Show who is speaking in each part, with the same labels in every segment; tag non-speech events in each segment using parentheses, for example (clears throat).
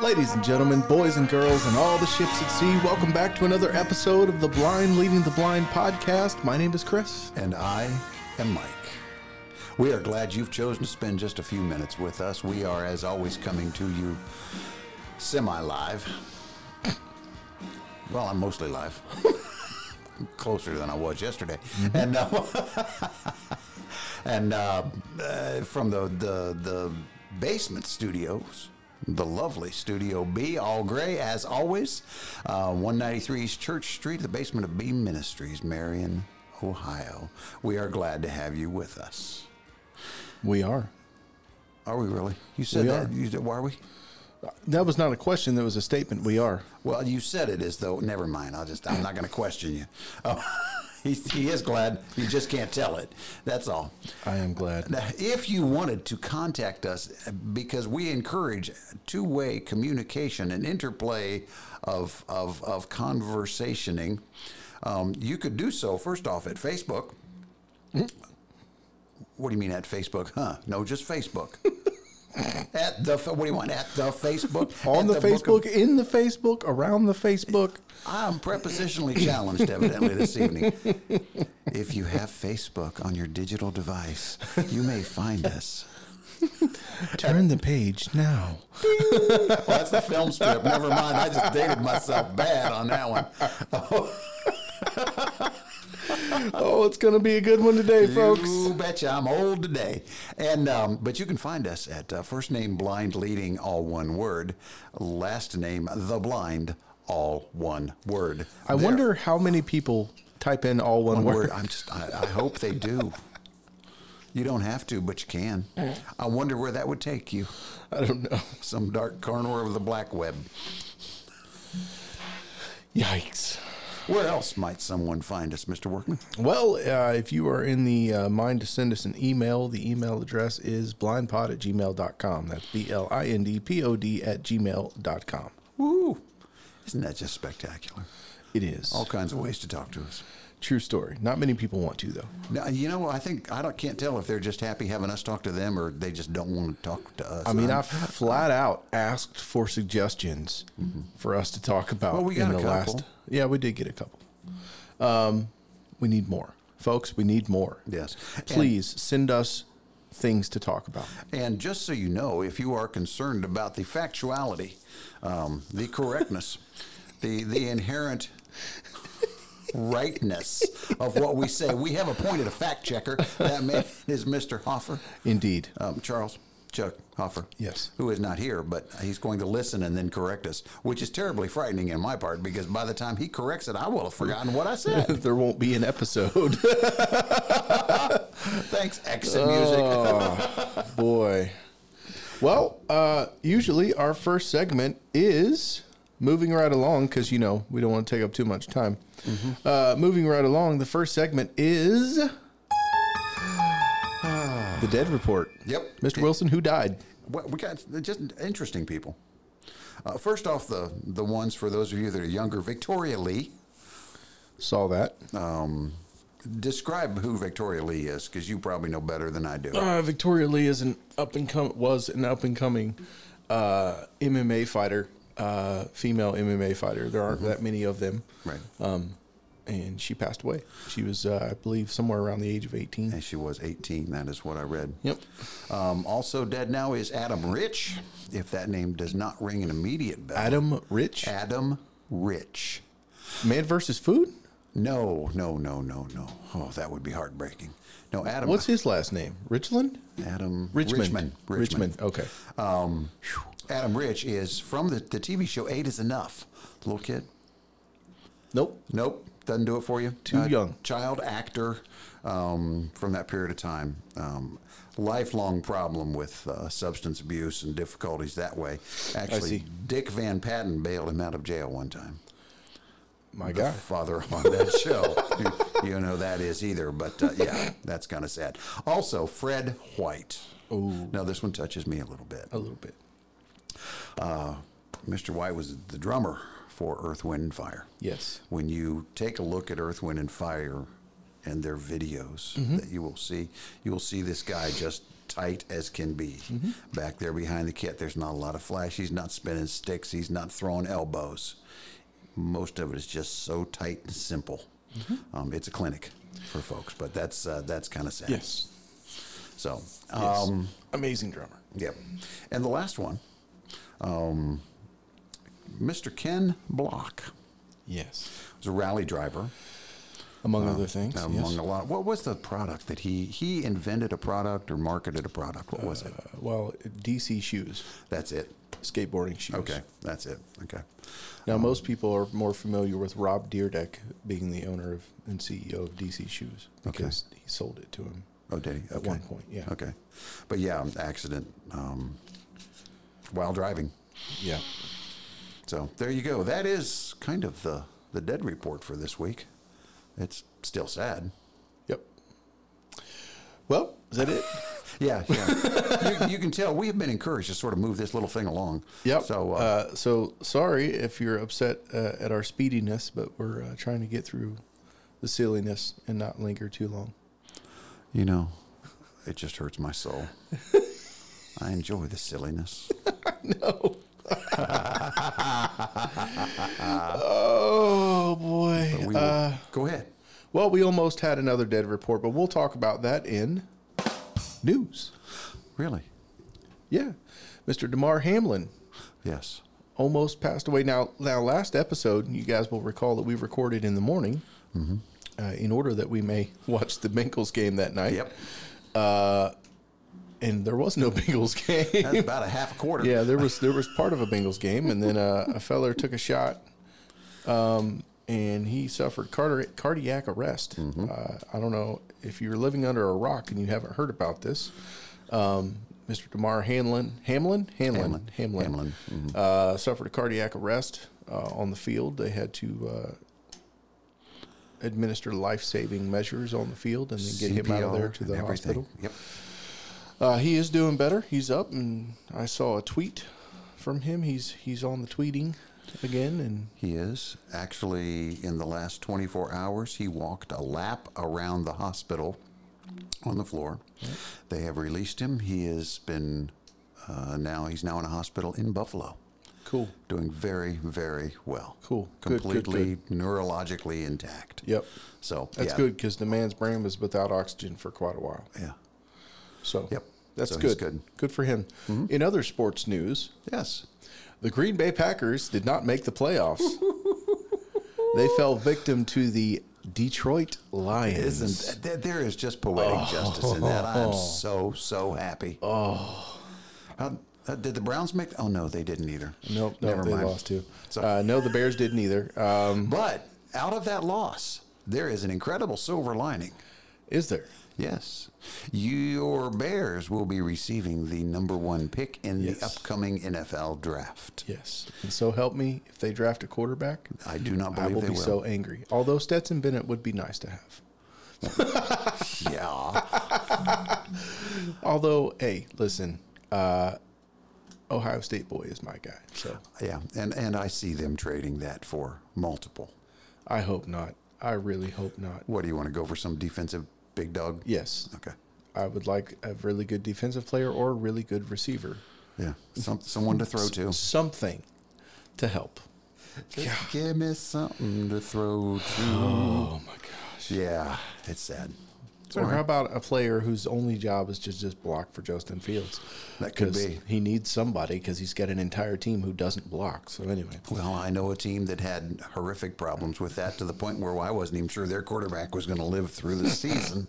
Speaker 1: Ladies and gentlemen, boys and girls, and all the ships at sea, welcome back to another episode of the Blind Leading the Blind podcast. My name is Chris.
Speaker 2: And I am Mike. We are glad you've chosen to spend just a few minutes with us. We are, as always, coming to you semi live. Well, I'm mostly live. I'm (laughs) closer than I was yesterday.
Speaker 1: Mm-hmm.
Speaker 2: And, uh, and uh, (laughs) uh, from the, the, the basement studios. The lovely Studio B, all gray as always, uh, 193 East Church Street, the basement of B Ministries, Marion, Ohio. We are glad to have you with us.
Speaker 1: We are.
Speaker 2: Are we really? You said
Speaker 1: We
Speaker 2: that.
Speaker 1: are.
Speaker 2: You said, why are we?
Speaker 1: That was not a question, that was a statement. We are.
Speaker 2: Well, you said it as though. Never mind. I'll just. I'm not going to question you. Oh, (laughs) he, he is glad. You just can't tell it. That's all.
Speaker 1: I am glad.
Speaker 2: Now, If you wanted to contact us, because we encourage two way communication and interplay of, of, of conversationing, um, you could do so first off at Facebook. What do you mean at Facebook? Huh? No, just
Speaker 1: (laughs)
Speaker 2: Facebook. at the, what do you want? At the Facebook?
Speaker 1: On the,
Speaker 2: At Book
Speaker 1: Facebook,
Speaker 2: of-
Speaker 1: in the Facebook, around the
Speaker 2: (laughs)
Speaker 1: Facebook.
Speaker 2: I'm prepositionally challenged, evidently, this evening. If you have Facebook on your digital device, you may find us.
Speaker 1: Turn the page now.
Speaker 2: Well, that's the film strip. Never mind. I just dated myself bad on that one.
Speaker 1: Oh, it's going to be a good one today, folks.
Speaker 2: You betcha. I'm old today. And um, but you can find us at uh, first name blind leading all one word, last name the blind all one word.
Speaker 1: I
Speaker 2: There.
Speaker 1: wonder how many people type in all one,
Speaker 2: One
Speaker 1: word.
Speaker 2: word. I'm just. I, I hope they do. You don't have to, but you can.
Speaker 1: Mm.
Speaker 2: I wonder where that would take you.
Speaker 1: (laughs) I don't know.
Speaker 2: Some dark corner of the black web.
Speaker 1: Yikes.
Speaker 2: Where else might someone find us, Mr. Workman?
Speaker 1: Well, uh, if you are in the uh, mind to send us an email, the email address is blindpod at gmail.com. That's B L I N D P O D at gmail.com.
Speaker 2: Woo! Isn't that just spectacular?
Speaker 1: It is.
Speaker 2: All kinds of ways to talk to us.
Speaker 1: True story. Not many people want to, though.
Speaker 2: Now, you know, I think I don't, can't tell if they're just happy having us talk to them or they just don't want to talk to us.
Speaker 1: I mean,
Speaker 2: I'm-
Speaker 1: I've flat out asked for suggestions for us to talk about
Speaker 2: Mm-hmm. Well, we got
Speaker 1: in
Speaker 2: a
Speaker 1: the last.
Speaker 2: couple.
Speaker 1: Yeah, we did get a couple. Um, we need more. Folks, we need more.
Speaker 2: yes. And-
Speaker 1: Please send us things to talk about.
Speaker 2: And just so you know, if you are concerned about the factuality, um, the correctness, (laughs) the the inherent rightness of what we say, we have appointed a fact checker. That man (laughs) is Mr. Hoffer,
Speaker 1: Indeed. (laughs)
Speaker 2: um, Charles Chuck Hoffer.
Speaker 1: Yes.
Speaker 2: who is not here, but he's going to listen and then correct us, which is terribly frightening in my part because by the time he corrects it, I will have forgotten what
Speaker 1: (laughs)
Speaker 2: I said.
Speaker 1: there won't be an episode. (laughs)
Speaker 2: Thanks, exit music.
Speaker 1: Oh, boy. Well, uh, usually our first segment is moving right along because, you know, we don't want to take up too much time. Uh, moving right along, the first segment is the dead report.
Speaker 2: Yep.
Speaker 1: Mr. Wilson, who died?
Speaker 2: Well, we got just interesting people. Uh, first off, the the ones for those of you that are younger, Victoria Lee.
Speaker 1: Saw that.
Speaker 2: Um, describe who Victoria Lee is, because you probably know better than I do.
Speaker 1: Uh, Victoria Lee is an up and com- was an up and coming uh, MMA fighter, uh, female MMA fighter. There aren't that many of them.
Speaker 2: Mm-hmm. Right.
Speaker 1: um, and she passed away. She was, uh, I believe, somewhere around the age of 18.
Speaker 2: And she was 18. That is what I read.
Speaker 1: Yep.
Speaker 2: Um, also dead now is Adam Rich. If that name does not ring an immediate bell,
Speaker 1: Adam Rich,
Speaker 2: Adam Rich.
Speaker 1: Man versus Food.
Speaker 2: No, no, no, no, no. Oh, that would be heartbreaking. No, Adam.
Speaker 1: What's his last name? Richland?
Speaker 2: Adam
Speaker 1: Richmond.
Speaker 2: Richmond.
Speaker 1: Richmond. Okay.
Speaker 2: Um, Adam Rich is from the, the TV show Eight is Enough. Little kid.
Speaker 1: Nope.
Speaker 2: Nope. Doesn't do it for you. Uh,
Speaker 1: Too young.
Speaker 2: Child actor um, from that period of time. Um, lifelong problem with uh, substance abuse and difficulties that way. Actually,
Speaker 1: see.
Speaker 2: Dick Van Patten bailed him out of jail one time.
Speaker 1: My God.
Speaker 2: Father on that show. (laughs) you, you know who that is either, but uh, yeah, that's kind of sad. Also, Fred White.
Speaker 1: Ooh.
Speaker 2: Now, this one touches me a little bit.
Speaker 1: A little bit.
Speaker 2: Mr. White was the drummer for Earth, Wind, and Fire.
Speaker 1: Yes.
Speaker 2: When you take a look at Earth,
Speaker 1: Mm-hmm.
Speaker 2: Wind, and Fire and their videos that you will see, you will see this guy just tight as can be
Speaker 1: Mm-hmm.
Speaker 2: back there behind the kit. There's not a lot of flash. He's not spinning sticks. He's not throwing elbows. Most of it is just so tight and simple.
Speaker 1: Mm-hmm.
Speaker 2: Um, it's a clinic for folks, but that's uh, that's kind of sad.
Speaker 1: Yes.
Speaker 2: So, um,
Speaker 1: Amazing drummer.
Speaker 2: yep. And the last one, um, Mr. Ken Block
Speaker 1: Yes.
Speaker 2: was a rally driver.
Speaker 1: Among other things.
Speaker 2: Among
Speaker 1: yes.
Speaker 2: a lot, what was the product that he he invented a product or marketed a product? What was it?
Speaker 1: Uh, well, DC shoes,
Speaker 2: That's it.
Speaker 1: skateboarding shoes.
Speaker 2: Okay, that's it. Okay,
Speaker 1: Now, most people are more familiar with Rob Deerdeck being the owner of and CEO of DC Shoes because he sold it to him
Speaker 2: oh, did he?
Speaker 1: at
Speaker 2: Okay.
Speaker 1: one point. Yeah.
Speaker 2: Okay, but yeah, um, accident um, while driving.
Speaker 1: Yeah.
Speaker 2: So there you go. That is kind of the the dead report for this week. It's still sad.
Speaker 1: Yep. Well, is that
Speaker 2: (laughs)
Speaker 1: it?
Speaker 2: Yeah,
Speaker 1: (laughs)
Speaker 2: yeah. you, you can tell we have been encouraged to sort of move this little thing along.
Speaker 1: Yep.
Speaker 2: So
Speaker 1: uh,
Speaker 2: uh,
Speaker 1: so sorry if you're upset uh, at our speediness, but we're uh, trying to get through the silliness and not linger too long. (laughs)
Speaker 2: you know, it just hurts my soul. I enjoy the silliness.
Speaker 1: (laughs)
Speaker 2: (laughs)
Speaker 1: No. (laughs) oh boy.
Speaker 2: But we will-
Speaker 1: uh,
Speaker 2: go ahead.
Speaker 1: well, we almost had another dead report, but we'll talk about that in news.
Speaker 2: Really?
Speaker 1: Yeah, Mr. Damar Hamlin
Speaker 2: Yes.
Speaker 1: almost passed away. Now, now, last episode, you guys will recall that we recorded in the morning, uh, in order that we may watch the Bengals game that night.
Speaker 2: Yep.
Speaker 1: And there was no (laughs) Bengals game.
Speaker 2: That's about a half a quarter.
Speaker 1: yeah, there was there was part of a Bengals game, and then uh, a feller took a shot, um, and he suffered cardi- cardiac arrest.
Speaker 2: Mm-hmm.
Speaker 1: Uh, I don't know if you're living under a rock and you haven't heard about this. Um, Mr. Damar Hamlin, Hamlin, Hamlin,
Speaker 2: Hamlin.
Speaker 1: Hamlin,
Speaker 2: Hamlin, Mm-hmm.
Speaker 1: Uh, suffered a cardiac arrest uh, on the field. They had to uh, administer life-saving measures on the field, and then get him out of there
Speaker 2: CPR
Speaker 1: to the
Speaker 2: and everything.
Speaker 1: hospital.
Speaker 2: Yep.
Speaker 1: Uh, he is doing better. He's up, and I saw a tweet from him. He's he's on the tweeting again, and
Speaker 2: He is. Actually, in the last 24 hours, he walked a lap around the hospital on the floor. They have released him. He has been uh, now, he's now in a hospital in Buffalo,
Speaker 1: cool.
Speaker 2: doing very, very well.
Speaker 1: Cool. Good, good,
Speaker 2: Completely neurologically intact.
Speaker 1: Yep,
Speaker 2: So
Speaker 1: that's good 'cause
Speaker 2: yeah.
Speaker 1: good because the man's brain was without oxygen for quite a while.
Speaker 2: Yeah.
Speaker 1: So
Speaker 2: Yep.
Speaker 1: that's
Speaker 2: So he's
Speaker 1: good.
Speaker 2: good. Mm-hmm.
Speaker 1: good. for him. In other sports news,
Speaker 2: Yes.
Speaker 1: the Green Bay Packers did not make the
Speaker 2: (laughs)
Speaker 1: playoffs. they fell victim to the Detroit Lions.
Speaker 2: Isn't there, there is just poetic
Speaker 1: Oh.
Speaker 2: justice in that? I'm so so happy. Oh, How, uh, did the Browns make? Oh no, they didn't either.
Speaker 1: Nope, nope,
Speaker 2: Never
Speaker 1: they
Speaker 2: mind.
Speaker 1: lost too.
Speaker 2: So-
Speaker 1: Uh, no, the Bears didn't either. Um,
Speaker 2: But out of that loss, there is an incredible silver lining.
Speaker 1: is there?
Speaker 2: Yes, your Bears will be receiving the number one pick in
Speaker 1: Yes.
Speaker 2: the upcoming NFL draft.
Speaker 1: Yes. And so help me, if they draft a quarterback,
Speaker 2: I do not
Speaker 1: I
Speaker 2: believe
Speaker 1: will
Speaker 2: they
Speaker 1: be
Speaker 2: will.
Speaker 1: so angry. Although Stetson Bennett would be nice to have.
Speaker 2: yeah,
Speaker 1: Although, hey, listen, uh, Ohio State boy is my guy. So
Speaker 2: yeah, and and I see them trading that for multiple.
Speaker 1: I hope not. I really hope not.
Speaker 2: What do you want to go for? Some defensive big dog?
Speaker 1: Yes,
Speaker 2: Okay.
Speaker 1: I would like a really good defensive player or a really good receiver.
Speaker 2: Yeah, some, someone to
Speaker 1: (laughs)
Speaker 2: throw to.
Speaker 1: Something to help.
Speaker 2: Just Give me something to throw to.
Speaker 1: Oh my gosh.
Speaker 2: Yeah, it's sad.
Speaker 1: Or how about a player whose only job is to just block for Justin Fields?
Speaker 2: That could
Speaker 1: 'Cause
Speaker 2: be.
Speaker 1: He needs somebody because he's got an entire team who doesn't block. So anyway.
Speaker 2: Well, I know a team that had horrific problems with that to the point where I wasn't even sure their quarterback was going to live through the
Speaker 1: (laughs)
Speaker 2: season.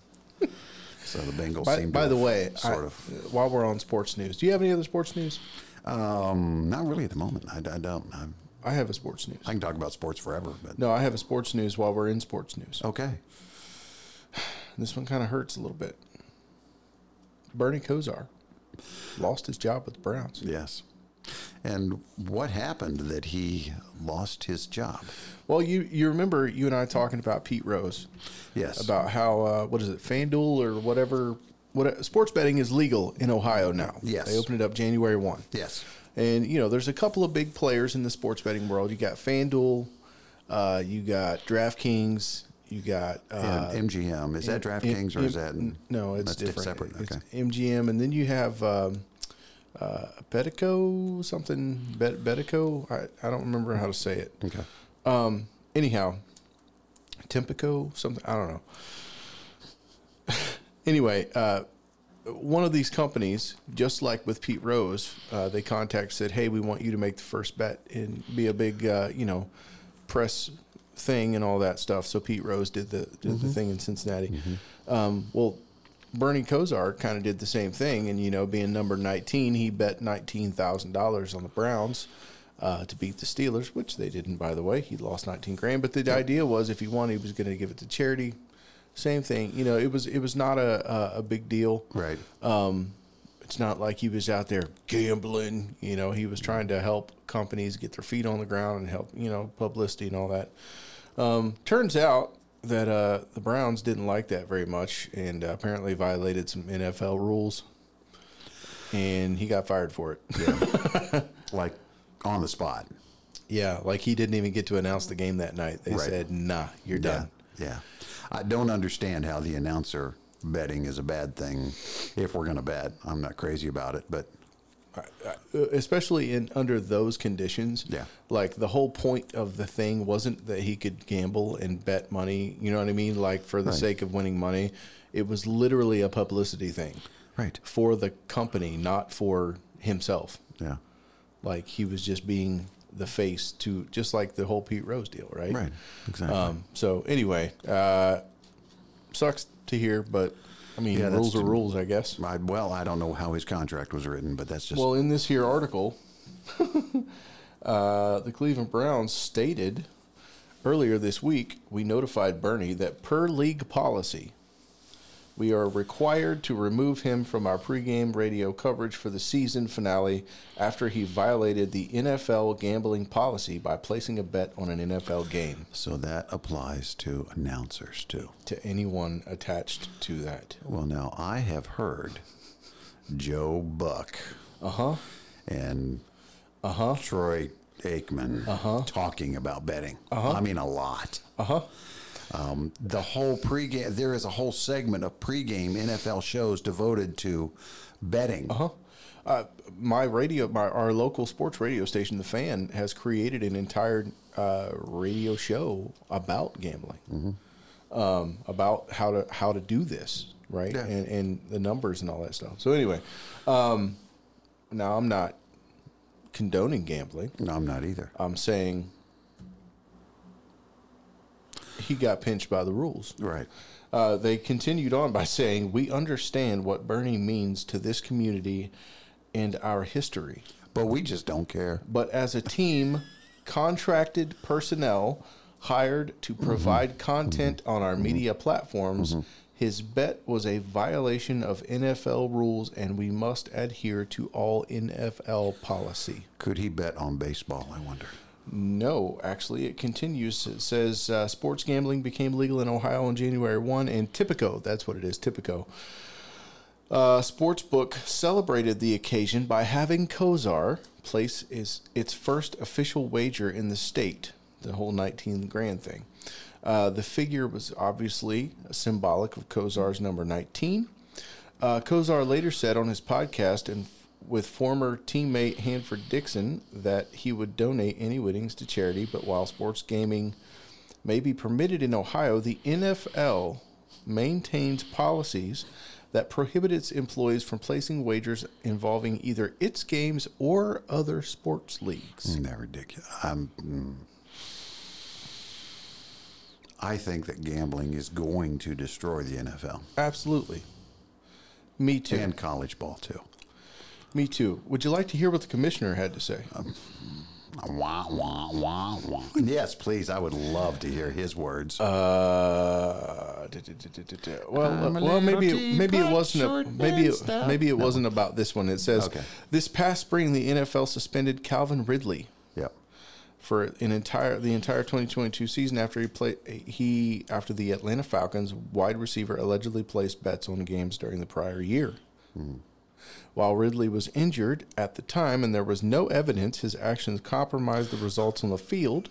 Speaker 2: so the Bengals
Speaker 1: By,
Speaker 2: seem
Speaker 1: by
Speaker 2: to
Speaker 1: the
Speaker 2: have
Speaker 1: way,
Speaker 2: sort
Speaker 1: I-
Speaker 2: of.
Speaker 1: while we're on sports news, do you have any other sports news?
Speaker 2: Um, not really at the moment. I, I don't. I,
Speaker 1: I have a sports news.
Speaker 2: I can talk about sports forever, but
Speaker 1: no, I have a sports news while we're in sports news.
Speaker 2: okay.
Speaker 1: This one kind of hurts a little bit. Bernie Kosar lost his job with the Browns.
Speaker 2: Yes. And what happened that he lost his job?
Speaker 1: Well, you you remember you and I talking about Pete Rose
Speaker 2: Yes.
Speaker 1: about how uh, what is it FanDuel or whatever what sports betting is legal in Ohio now.
Speaker 2: Yes.
Speaker 1: they opened it up January one.
Speaker 2: yes.
Speaker 1: And you know, there's a couple of big players in the sports betting world. You got FanDuel, uh, you got DraftKings, You got uh,
Speaker 2: and MGM is that DraftKings or is that
Speaker 1: N- no? It's
Speaker 2: that's
Speaker 1: different.
Speaker 2: separate?
Speaker 1: It's
Speaker 2: Okay.
Speaker 1: MGM, and then you have um, uh, Betico something. Bet- Betico. I, I don't remember how to say it.
Speaker 2: Okay.
Speaker 1: Um. Anyhow, Tempico something. I don't know. (laughs) anyway, uh, one of these companies, just like with Pete Rose, uh, they contact said, "Hey, we want you to make the first bet and be a big, uh, you know, press thing and all that stuff." So Pete Rose did the did the thing in Cincinnati. Um, well, Bernie Kosar kind of did the same thing, and you know, being number nineteen, he bet nineteen thousand dollars on the Browns. Uh, to beat the Steelers, which they didn't, by the way, he lost 19 grand. But the idea was, if he won, he was going to give it to charity. Same thing, you know. It was it was not a a, a big deal.
Speaker 2: Right.
Speaker 1: Um, it's not like he was out there gambling. You know, he was trying to help companies get their feet on the ground and help, you know, publicity and all that. Um, turns out that uh, the Browns didn't like that very much and uh, apparently violated some NFL rules. And he got fired for it.
Speaker 2: like on the spot.
Speaker 1: yeah, like he didn't even get to announce the game that night. They
Speaker 2: Right.
Speaker 1: said, nah, you're
Speaker 2: Yeah.
Speaker 1: done.
Speaker 2: Yeah. I don't understand how the announcer betting is a bad thing if we're going to bet. I'm not crazy about it, but
Speaker 1: Uh, especially in under those conditions.
Speaker 2: Yeah.
Speaker 1: Like the whole point of the thing wasn't that he could gamble and bet money, you know what I mean? Like for the
Speaker 2: Right.
Speaker 1: sake of winning money. It was literally a publicity thing
Speaker 2: right.
Speaker 1: for the company, not for himself.
Speaker 2: Yeah.
Speaker 1: Like he was just being the face to just like the whole Pete Rose deal, right?
Speaker 2: Right. Exactly.
Speaker 1: Um, so anyway, uh, sucks to hear, but I mean,
Speaker 2: Yeah, that's
Speaker 1: rules are
Speaker 2: too-
Speaker 1: rules, I guess.
Speaker 2: I, well, I don't know how his contract was written, but that's just
Speaker 1: Well, in this here article, (laughs) uh, the Cleveland Browns stated earlier this week we notified Bernie that per league policy, we are required to remove him from our pregame radio coverage for the season finale after he violated the NFL gambling policy by placing a bet on an NFL game
Speaker 2: so that applies to announcers too.
Speaker 1: to anyone attached to that.
Speaker 2: Well, now I have heard Joe Buck
Speaker 1: Uh huh.
Speaker 2: and uh-huh. Troy Aikman talking about betting. I mean, a lot.
Speaker 1: Uh huh.
Speaker 2: Um, the whole pregame, there is a whole segment of pregame NFL shows devoted to betting.
Speaker 1: Huh? Uh, my radio, my, our local sports radio station, The Fan, has created an entire uh, radio show about gambling, um, about how to how to do this, right,
Speaker 2: Yeah.
Speaker 1: and, and the numbers and all that stuff. So anyway, um, now I'm not condoning gambling.
Speaker 2: No, I'm not either.
Speaker 1: I'm saying he got pinched by the rules.
Speaker 2: Right.
Speaker 1: Uh, they continued on by saying, We understand what Bernie means to this community and our history.
Speaker 2: But we just don't care.
Speaker 1: But as a team, contracted personnel hired to provide content on our media platforms, his bet was a violation of NFL rules, and we must adhere to all NFL policy.
Speaker 2: Could he bet on baseball? I wonder.
Speaker 1: No, actually, it continues. It says uh, sports gambling became legal in Ohio on January 1, and Tipico, that's what it is, Tipico, uh, Sportsbook celebrated the occasion by having Kozar place is its first official wager in the state, the whole 19 grand thing. Uh, the figure was obviously symbolic of Kozar's number 19. Uh, Kozar later said on his podcast and with former teammate Hanford Dixon that he would donate any winnings to charity, but while sports gaming may be permitted in Ohio, the NFL maintains policies that prohibit its employees from placing wagers involving either its games or other sports leagues.
Speaker 2: Isn't that ridiculous? I'm, mm. I think that gambling is going to destroy the NFL
Speaker 1: Absolutely. Me too.
Speaker 2: and college ball too.
Speaker 1: Me too. Would you like to hear what the commissioner had to say?
Speaker 2: Um, Wah, wah, wah, wah. Yes, please. I would love to hear his words.
Speaker 1: Uh, da- da- da- da- da- da. well,
Speaker 2: I'm
Speaker 1: uh,
Speaker 2: a
Speaker 1: well, maybe
Speaker 2: little
Speaker 1: it, maybe it
Speaker 2: teapot,
Speaker 1: wasn't a,
Speaker 2: short
Speaker 1: maybe
Speaker 2: and
Speaker 1: it,
Speaker 2: stout.
Speaker 1: maybe it wasn't about this one. It says
Speaker 2: Okay.
Speaker 1: this past spring the NFL suspended Calvin Ridley
Speaker 2: yep.
Speaker 1: for an entire the entire 2022 season after he played he after the Atlanta Falcons wide receiver allegedly placed bets on games during the prior year. While Ridley was injured at the time and there was no evidence his actions compromised the results on the field,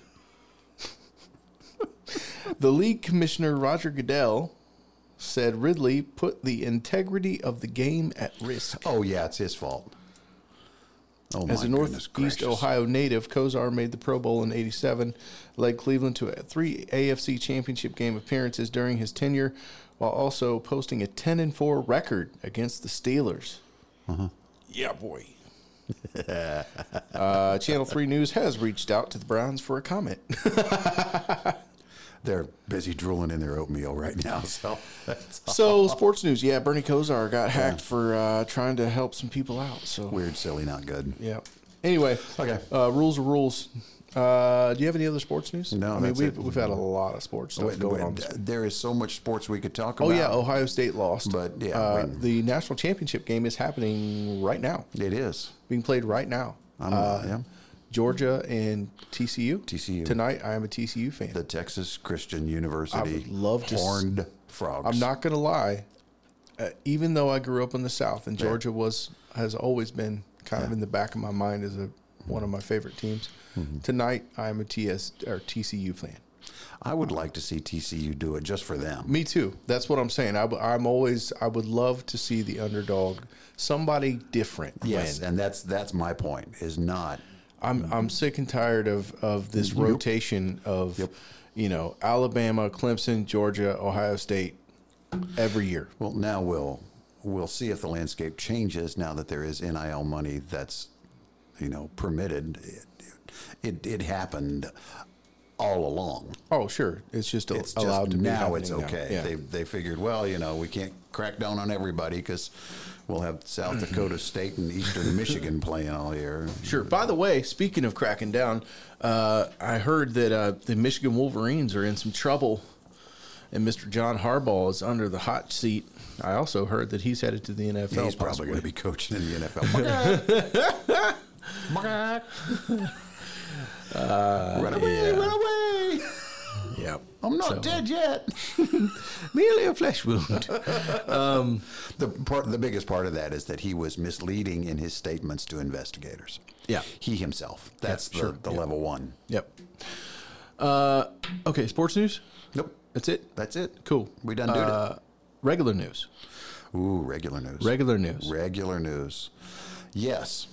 Speaker 1: The league commissioner Roger Goodell said Ridley put the integrity of the game at risk.
Speaker 2: Oh yeah, it's his fault. Oh
Speaker 1: As a
Speaker 2: my goodness
Speaker 1: Northeast
Speaker 2: gracious.
Speaker 1: Ohio native, Kozar made the Pro Bowl in 87, led Cleveland to three AFC championship game appearances during his tenure, while also posting a 10 and 4 record against the Steelers.
Speaker 2: Uh-huh.
Speaker 1: Yeah, boy. uh, Channel 3 News has reached out to the Browns for a comment. (laughs)
Speaker 2: They're busy drooling in their oatmeal right (laughs) now. So that's
Speaker 1: so, sports news. Yeah, Bernie Kozar got hacked for uh, trying to help some people out. So,
Speaker 2: weird, silly, not good.
Speaker 1: Yeah. Anyway.
Speaker 2: Okay.
Speaker 1: Uh, rules are rules. Uh, do you have any other sports news?
Speaker 2: No,
Speaker 1: I mean
Speaker 2: that's
Speaker 1: we've
Speaker 2: it.
Speaker 1: we've had a lot of sports stuff
Speaker 2: Wait,
Speaker 1: going
Speaker 2: wait,
Speaker 1: on.
Speaker 2: th- there is so much sports we could talk
Speaker 1: oh
Speaker 2: about.
Speaker 1: yeah, Ohio State lost.
Speaker 2: But, yeah,
Speaker 1: uh,
Speaker 2: wait.
Speaker 1: the national championship game is happening right now,
Speaker 2: it is.
Speaker 1: being played right now.
Speaker 2: I'm,
Speaker 1: uh,
Speaker 2: yeah.
Speaker 1: Georgia and TCU.
Speaker 2: TCU.
Speaker 1: tonight. I am a TCU fan.
Speaker 2: The Texas Christian University.
Speaker 1: would love to s-
Speaker 2: horned frogs.
Speaker 1: I'm not gonna lie. Uh, even though I grew up in the South and Georgia was has always been kind of in the back of my mind as a one of my favorite teams.
Speaker 2: Mm-hmm.
Speaker 1: Tonight I am a TS or TCU fan.
Speaker 2: I would like to see TCU do it just for them.
Speaker 1: Me too. That's what I'm saying. I, am always. I would love to see the underdog, somebody different.
Speaker 2: Yes, Mm-hmm.
Speaker 1: win.
Speaker 2: and that's that's my point. Is not
Speaker 1: I'm. I'm sick and tired of of this rotation of, you know, Alabama, Clemson, Georgia, Ohio State, every year.
Speaker 2: well. Now we'll we'll see if the landscape changes now that there is NIL money that's you know permitted. It it, it happened all along.
Speaker 1: Oh sure, it's just a,
Speaker 2: It's
Speaker 1: allowed
Speaker 2: just
Speaker 1: to be
Speaker 2: now. It's
Speaker 1: happening now.
Speaker 2: okay.
Speaker 1: Yeah.
Speaker 2: They they figured well you know we can't crack down on everybody because we'll have South Dakota State and Eastern Michigan playing all year.
Speaker 1: Sure. By the way, speaking of cracking down, uh, I heard that uh, the Michigan Wolverines are in some trouble, and Mr. John Harbaugh is under the hot seat. I also heard that he's headed to the NFL.
Speaker 2: He's probably
Speaker 1: possibly.
Speaker 2: going to be coaching in the NFL. run away, run away.
Speaker 1: Uh, (laughs) Yep.
Speaker 2: (laughs) I'm not
Speaker 1: So,
Speaker 2: dead yet.
Speaker 1: Merely a flesh wound.
Speaker 2: (laughs) The part, the biggest part of that is that he was misleading in his statements to investigators.
Speaker 1: Yeah.
Speaker 2: he himself. That's the,
Speaker 1: sure,
Speaker 2: the
Speaker 1: yeah.
Speaker 2: level one.
Speaker 1: (laughs) yep. Uh, okay, sports news.
Speaker 2: Nope,
Speaker 1: That's it.
Speaker 2: that's it.
Speaker 1: Cool.
Speaker 2: We done did it.
Speaker 1: Uh, regular news.
Speaker 2: Ooh, regular news.
Speaker 1: Regular news.
Speaker 2: regular news. Yes,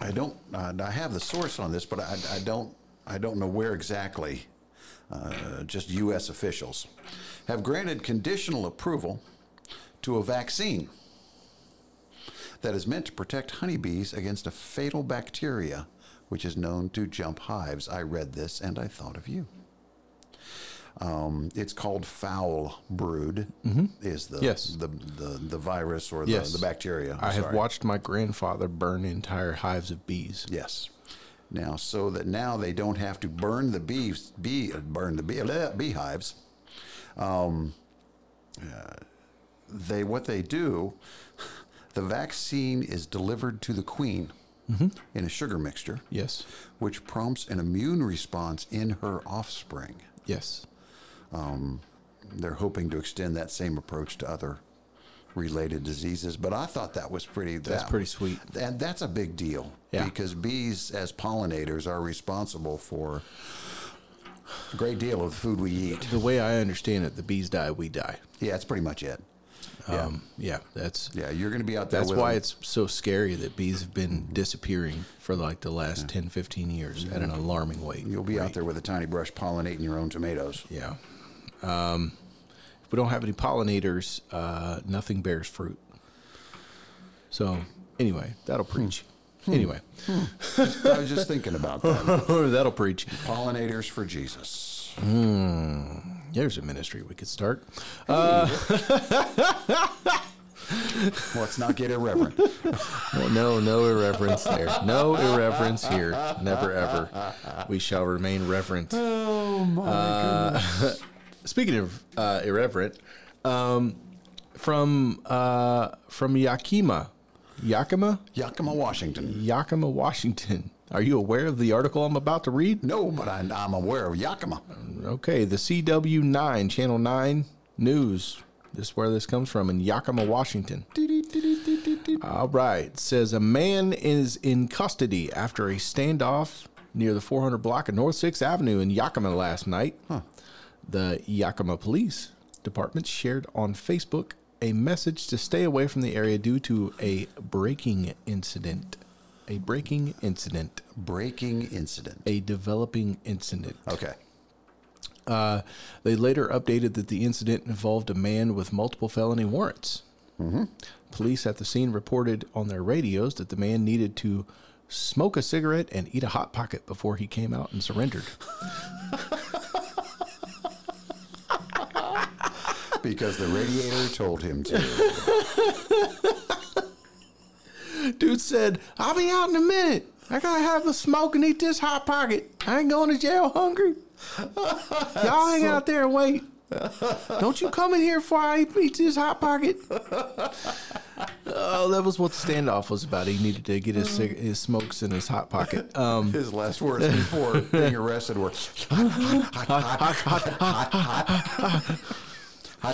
Speaker 2: I don't. Uh, I have the source on this, but I, I don't. I don't know where exactly. Uh, just U.S. officials have granted conditional approval to a vaccine that is meant to protect honeybees against a fatal bacteria which is known to jump hives. I read this and I thought of you. Um, it's called foul brood. Is the,
Speaker 1: Mm-hmm. Yes.
Speaker 2: the the the virus or the,
Speaker 1: Yes.
Speaker 2: Uh, the bacteria? I'm
Speaker 1: I have
Speaker 2: sorry.
Speaker 1: watched my grandfather burn entire hives of bees.
Speaker 2: Yes. Now, so that now they don't have to burn the bees, bee, uh, burn the bee, bleh, beehives. Um, uh, they what they do, (laughs) the vaccine is delivered to the queen
Speaker 1: Mm-hmm.
Speaker 2: in a sugar mixture,
Speaker 1: Yes.
Speaker 2: which prompts an immune response in her offspring.
Speaker 1: Yes.
Speaker 2: They're hoping to extend that same approach to other related diseases. But I thought that was pretty.
Speaker 1: That's pretty sweet.
Speaker 2: And that's a big deal
Speaker 1: Yeah.
Speaker 2: because bees, as pollinators, are responsible for a great deal of the food we eat.
Speaker 1: The way I understand it, the bees die, we die.
Speaker 2: Yeah, that's pretty much it. Yeah,
Speaker 1: Um, yeah, that's
Speaker 2: yeah, you're going to be out there.
Speaker 1: that's
Speaker 2: with
Speaker 1: why
Speaker 2: them.
Speaker 1: it's so scary that bees have been disappearing for like the last 10, 15 years at an alarming rate.
Speaker 2: you'll be out there with a tiny brush pollinating your own tomatoes.
Speaker 1: Yeah. Um, if we don't have any pollinators, uh, nothing bears fruit. So, anyway, that'll
Speaker 2: Hmm.
Speaker 1: preach. Anyway, (laughs)
Speaker 2: I was just thinking about that.
Speaker 1: that'll preach.
Speaker 2: Pollinators for Jesus.
Speaker 1: There's a ministry we could start.
Speaker 2: Let's not get irreverent.
Speaker 1: Well, no, no irreverence there. No irreverence here. Never ever. We shall remain reverent. Uh,
Speaker 2: oh my goodness!
Speaker 1: (laughs) Speaking of uh, irreverent, um, from uh, from Yakima, Yakima,
Speaker 2: Yakima, Washington.
Speaker 1: Yakima, Washington. Are you aware of the article I'm about to read?
Speaker 2: No, but I, I'm aware of Yakima.
Speaker 1: Okay, the CW9, Channel 9 News. This is where this comes from in Yakima, Washington. All right. Says a man is in custody after a standoff near the 400 block of North 6th Avenue in Yakima last night. The Yakima Police Department shared on Facebook a message to stay away from the area due to a breaking incident. A breaking incident.
Speaker 2: Breaking incident.
Speaker 1: A developing incident.
Speaker 2: Okay.
Speaker 1: Uh, they later updated that the incident involved a man with multiple felony warrants. Police at the scene reported on their radios that the man needed to smoke a cigarette and eat a hot pocket before he came out and surrendered.
Speaker 2: Because the radiator told him to.
Speaker 1: Dude said, I'll be out in a minute. I gotta have a smoke and eat this hot pocket. I ain't going to jail (laughs) hungry. Y'all hang out there and wait. Don't you come in here before I eat this hot pocket. (laughs) Oh, that was what the standoff was about. He needed to get his cig- his smokes in his hot (laughs) pocket. Um,
Speaker 2: His last
Speaker 1: (laughs)
Speaker 2: words before being arrested were hot, hot, hot, hot, hot, hot, hot,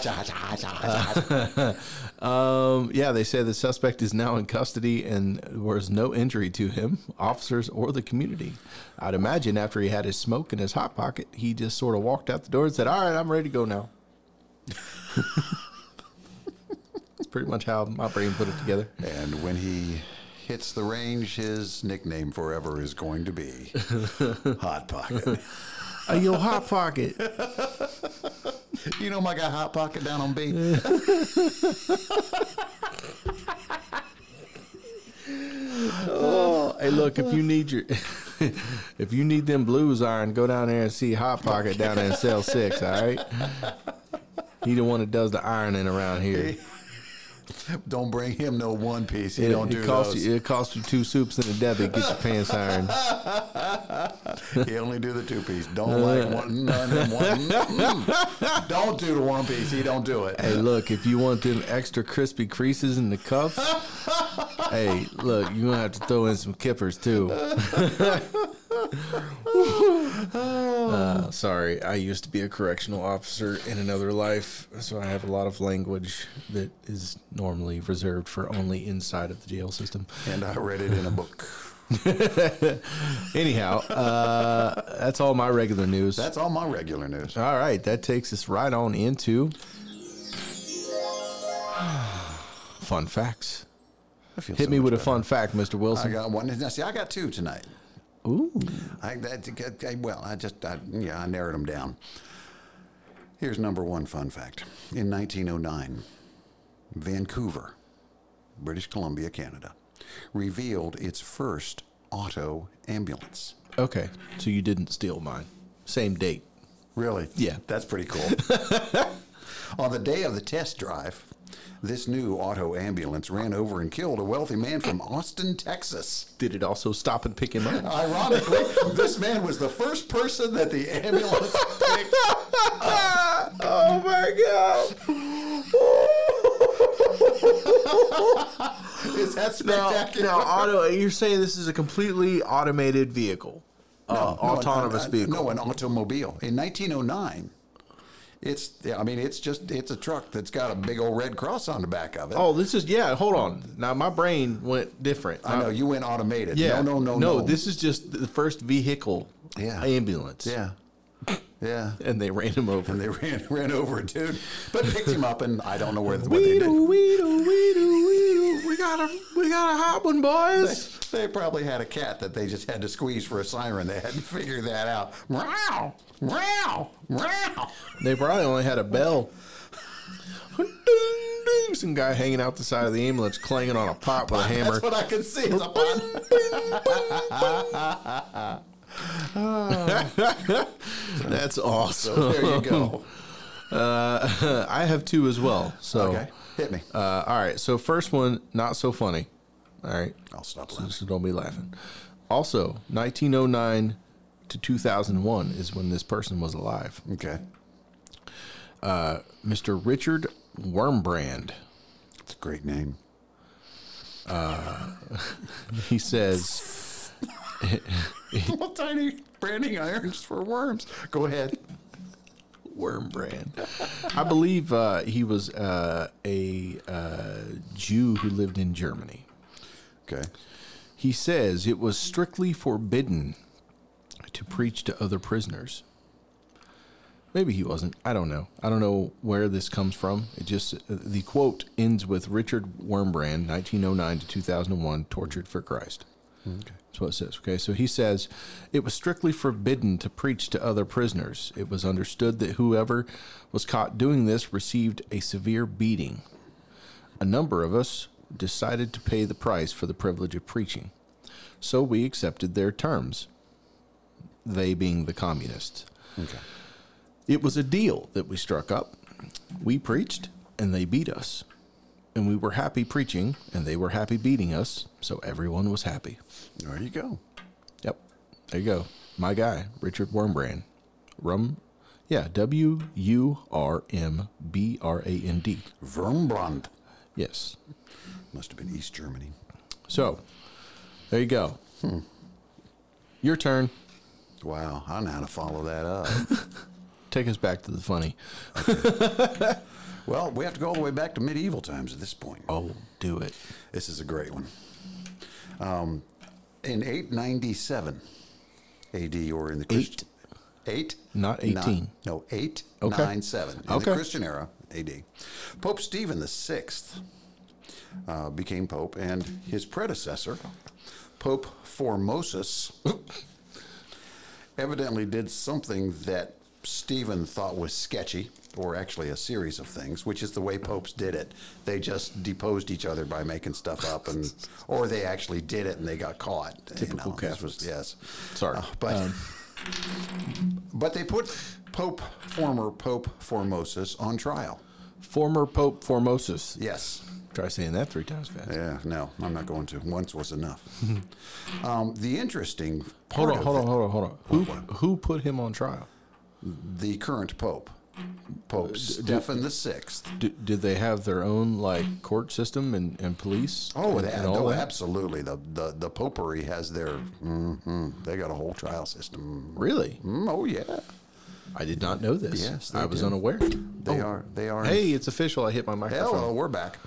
Speaker 2: hot, hot, hot, hot, hot.
Speaker 1: Um, yeah, they say the suspect is now in custody and there was no injury to him, officers, or the community. I'd imagine after he had his smoke in his hot pocket, he just sort of walked out the door and said, All right, I'm ready to go now. (laughs) That's pretty much how my brain put it together.
Speaker 2: And when he hits the range, his nickname forever is going to be Hot
Speaker 1: (laughs)
Speaker 2: Pocket.
Speaker 1: Uh, yo, hot pocket.
Speaker 2: You know my guy Hot Pocket down on B?
Speaker 1: Oh, Hey, look, if you need your, (laughs) if you need them blues iron, go down there and see Hot Pocket down there in cell six. All right. He the one that does the ironing around here.
Speaker 2: Don't bring him no one piece. He
Speaker 1: It,
Speaker 2: don't
Speaker 1: it
Speaker 2: do
Speaker 1: costs
Speaker 2: those.
Speaker 1: you. It costs you two soups and a Debbie. Get your pants ironed.
Speaker 2: He only do the two piece. Don't like one, none, and one.
Speaker 1: (laughs)
Speaker 2: Mm. Don't do the one piece. He don't do it.
Speaker 1: Hey, look, if you want them extra crispy creases in the cuffs, hey, look, you're gonna have to throw in some kippers too. (laughs) Uh, sorry, I used to be a correctional officer in another life, so I have a lot of language that is normally reserved for only inside of the jail system.
Speaker 2: And I read it in a book.
Speaker 1: Anyhow, uh, that's all my regular news.
Speaker 2: That's all my regular news.
Speaker 1: All right, that takes us right on into (sighs) fun facts.
Speaker 2: I feel
Speaker 1: Hit
Speaker 2: so
Speaker 1: me
Speaker 2: much
Speaker 1: with a
Speaker 2: better.
Speaker 1: fun fact, Mr.
Speaker 2: I
Speaker 1: Wilson.
Speaker 2: got one. Now, see, I got two tonight.
Speaker 1: Ooh,
Speaker 2: I, that, I, well, I just, I, yeah, I narrowed them down. Here's number one fun fact. In 1909, Vancouver, British Columbia, Canada, revealed its first auto ambulance.
Speaker 1: okay. So you didn't steal mine. Same date.
Speaker 2: Really?
Speaker 1: Yeah.
Speaker 2: That's
Speaker 1: (laughs)
Speaker 2: pretty cool. On the day of the test drive, this new auto ambulance ran over and killed a wealthy man from Austin, Texas.
Speaker 1: Did it also stop and pick him
Speaker 2: (laughs)
Speaker 1: up?
Speaker 2: Ironically, this man was the first person that the ambulance (laughs) picked.
Speaker 1: oh my god!
Speaker 2: Is that
Speaker 1: now,
Speaker 2: spectacular?
Speaker 1: now, auto. You're saying this is a completely automated vehicle, uh,
Speaker 2: No, an-
Speaker 1: autonomous
Speaker 2: an-
Speaker 1: vehicle.
Speaker 2: No, an automobile. In 1909, it's, I mean, it's just, it's a truck that's got a big old red cross on the back of it.
Speaker 1: Oh, this is yeah. Hold on. Now my brain went different.
Speaker 2: I know, you went automated.
Speaker 1: uh, Yeah.
Speaker 2: No, no, no, no.
Speaker 1: This is just the first vehicle.
Speaker 2: Yeah.
Speaker 1: Ambulance. (laughs)
Speaker 2: Yeah. Yeah.
Speaker 1: And they ran him over.
Speaker 2: and they ran (laughs) ran over a dude, but picked him up, and I don't know where what they
Speaker 1: We do, (laughs)
Speaker 2: did.
Speaker 1: we do, we do, we do. We got a, we got a hot one, boys.
Speaker 2: They probably had a cat that they just had to squeeze for a siren. They hadn't figured that out. Meow, meow, meow.
Speaker 1: They probably only had a bell. Ding, ding. Some guy hanging out the side of the ambulance, clanging on a pot with a hammer.
Speaker 2: That's what I could see. It's a pun.
Speaker 1: That's awesome.
Speaker 2: There you go.
Speaker 1: Uh, (laughs) I have two as well. So,
Speaker 2: Okay, hit me.
Speaker 1: Uh, all right. So first one, not so funny. All right.
Speaker 2: I'll stop laughing.
Speaker 1: So don't be laughing. Also, 1909 to 2001 is when this person was alive.
Speaker 2: Okay,
Speaker 1: Mr. Richard Wormbrand.
Speaker 2: it's a great name.
Speaker 1: He says,
Speaker 2: (laughs) Little tiny branding irons for worms. Go ahead.
Speaker 1: Wormbrand. I believe uh, he was uh, a uh, Jew who lived in Germany.
Speaker 2: Okay.
Speaker 1: He says it was strictly forbidden to preach to other prisoners. Maybe he wasn't. I don't know. I don't know where this comes from. It just uh, the quote ends with Richard Wormbrand, 1909 to 2001, tortured for Christ. That's what it says. Okay, so he says it was strictly forbidden to preach to other prisoners. It was understood that whoever was caught doing this received a severe beating. A number of us decided to pay the price for the privilege of preaching, so we accepted their terms. They being the communists.
Speaker 2: Okay.
Speaker 1: It was a deal that we struck up. We preached, and they beat us. And we were happy preaching, and they were happy beating us, so everyone was happy.
Speaker 2: There you go.
Speaker 1: Yep. There you go. My guy, Richard Wormbrand. Rum. Yeah, W U R M B R A N D.
Speaker 2: Vermbrand.
Speaker 1: Yes.
Speaker 2: Must have been East Germany.
Speaker 1: So, there you go.
Speaker 2: Hmm.
Speaker 1: Your turn.
Speaker 2: Wow, I know how to follow that (laughs) up.
Speaker 1: Take us back to the funny.
Speaker 2: well, we have to go all the way back to medieval times at this point.
Speaker 1: Oh, do it.
Speaker 2: This is a great one. Um, in 897 AD, or in the Christ- eight,
Speaker 1: Not
Speaker 2: Ni-
Speaker 1: 18.
Speaker 2: no, eight
Speaker 1: Okay.
Speaker 2: nine seven in
Speaker 1: Okay.
Speaker 2: the Christian era AD. Pope Stephen the sixth uh, became pope, and his predecessor, Pope Formosus, evidently did something that Stephen thought was sketchy, or actually a series of things, which is the way popes did it. They just deposed each other by making stuff up, and or they actually did it and they got caught. you
Speaker 1: Typical
Speaker 2: know, this was-
Speaker 1: Catholics.
Speaker 2: yes.
Speaker 1: Sorry. Um.
Speaker 2: Uh, but but they put Pope former Pope Formosus on trial.
Speaker 1: Former Pope Formosus.
Speaker 2: Yes.
Speaker 1: Try saying that three times fast.
Speaker 2: Yeah. No, I'm not going to. Once
Speaker 1: (laughs)
Speaker 2: was enough. um, the interesting part
Speaker 1: Hold on,
Speaker 2: of
Speaker 1: hold on,
Speaker 2: it-
Speaker 1: hold on, hold on. Who who put him on trial?
Speaker 2: the current Pope,
Speaker 1: Uh,
Speaker 2: Pope Stephen the Sixth.
Speaker 1: D- did they have their own like court system and, and police?
Speaker 2: Oh,
Speaker 1: and,
Speaker 2: that,
Speaker 1: and all
Speaker 2: oh
Speaker 1: that?
Speaker 2: absolutely. The, the the popery has their. hmm they got a whole trial system.
Speaker 1: Really?
Speaker 2: Mm, oh yeah,
Speaker 1: I did not know this.
Speaker 2: Yes, they
Speaker 1: I was
Speaker 2: did.
Speaker 1: unaware.
Speaker 2: they are. They are.
Speaker 1: Oh. Hey, it's official. I hit my microphone.
Speaker 2: Hello, we're back.